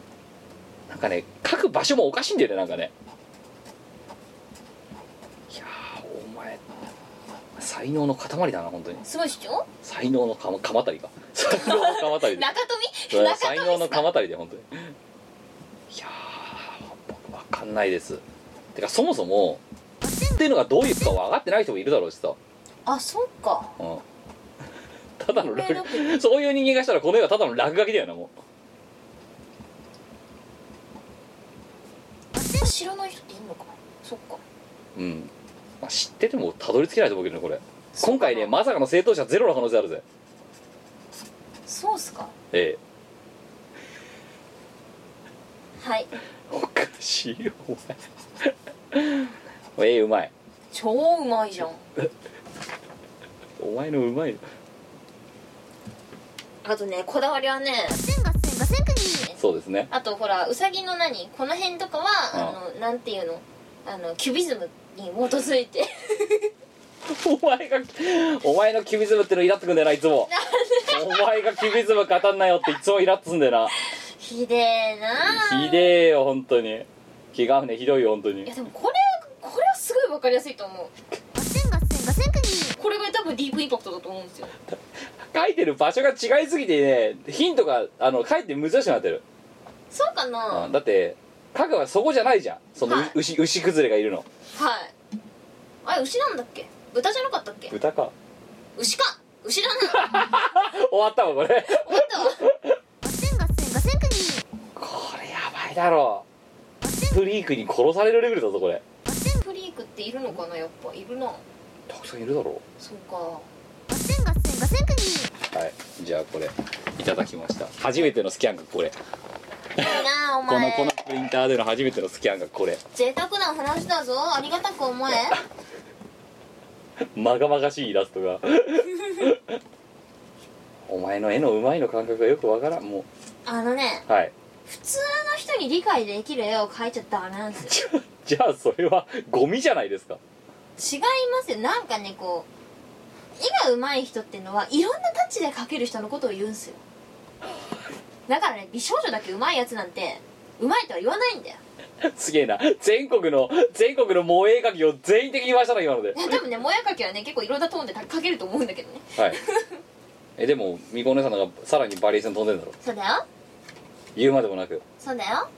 なんかね書く場所もおかしいんだよねなんかねいやーお前才能の塊だな本当にすごい主張才能のかま鎌足りか才能の鎌足りで中そ富れ中は才富能の鎌足りで本当にいやー僕分かんないですてかそもそもっていうのがどういうか分かってない人もいるだろうしさ、あそっかうん、ただの落書きそういう人間がしたらこの絵はただの落書きだよなも知らない人っているのかそっかううん、まあ、知っててもたどり着けないと思うけどねこれ今回ねまさかの正当者ゼロの可能性あるぜそうっすかええはいおかしいよお前ええうまい超うまいじゃんお前のうまいあとねこだわりはねそうですねあとほらうさぎの何この辺とかはあのなんていうのあのキュビズムに基づいて お前がお前のキュビズムってのイラってくんだよないつもお前がキュビズム語んなよっていつもイラっつんだよひでえななひでえよ本当に気が合うねひどいよ本当いやにでもこれこれはすごいわかりやすいと思うこれが多分ディープインパクトだと思うんですよ書いてる場所が違いすぎてねヒントがあの書いて難しくなってる、そうかなうんはだって家具はそこじゃないじゃんそのはい牛牛崩れがいるのいあれ牛なんだっけ豚じゃなかったっけ豚か牛か牛だ な終わったわこれ終わったわこれやばいだろフリークに殺されるレベルだぞこれフリークっているのかなやっぱいるなたくさんいるだろそうかはいじゃあこれいただきました初めてのスキャンがこれいいなあおこの前このプリンターでの初めてのスキャンがこれ贅沢な話だぞありがたく思えまがまがしいイラストがお前の絵のうまいの感覚がよくわからんもあのねうはい普通の人に理解できる絵を描いちゃダメなんですよ じゃあそれはゴミじゃないですか違いますよなんかねこう絵が上手い人ってのはいろんなタッチで描ける人のことを言うんすよだからね美少女だけ上手いやつなんて上手いとは言わないんだよ すげえな全国の全国の萌え絵描きを全員的に回したの今のでいや多分ねもや描きはね結構いろんなトーンで描けると思うんだけどねはい えでもみこお姉さんのがさらにバリエーション飛んでんだろそうだよ言うまでもなくそうだよ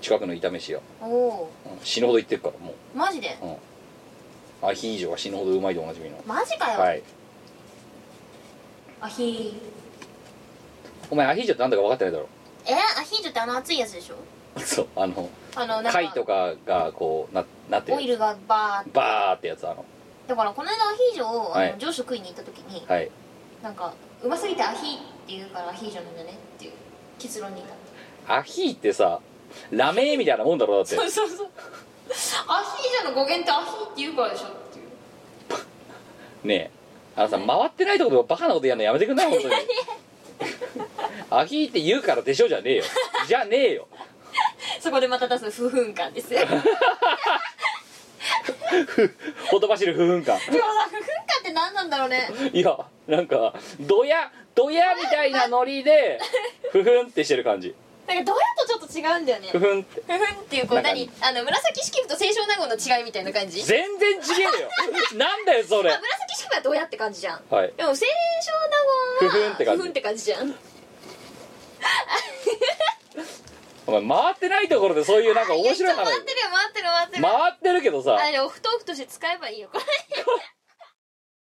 近くの炒めしよおお死ぬほど言ってるからもーマジでうアヒージョが死ぬほどうまいでおなじみのマジかよ、はいアヒお前アヒージョってなんだか分かってない だろーえアヒージョってあの熱いやつでしょそうあのあのなん貝とかかがこうななってオイるルがバーってバーってやつあのだからこの間アヒージョをあの、はい上司と食いに行った時に、はいなんかうますぎてアヒっていうからアヒージョなんだねっていう結論に至っアヒーってさラメーみたいなもんだろだったてそうそうそうアヒージョの語源ってアヒって言うからでしょっていうねえあのさ回ってないところでバカなことやるのやめてくんない本当にアヒーって言うからでしょじゃねえよじゃねえよそこでまた出す不噴感です よでもさほとばしる不噴感不噴感って何なんだろうねいやなんかドヤドヤみたいなノリでふふんってしてる感じなんかどうやとちょっと違うんだよねふ不ふんって噴っていうこうなんか何あの紫式部と清少納言の違いみたいな感じあ全然違えよなんだよそれ紫式部はどうやって感じじゃんはいでも清少納言不噴はって感じ不噴って感じじゃんお前回ってないところでそういうなんか面白いや話回ってるよ回ってるよ回ってる回ってるけどさあれお豆腐として使えばいいよこれ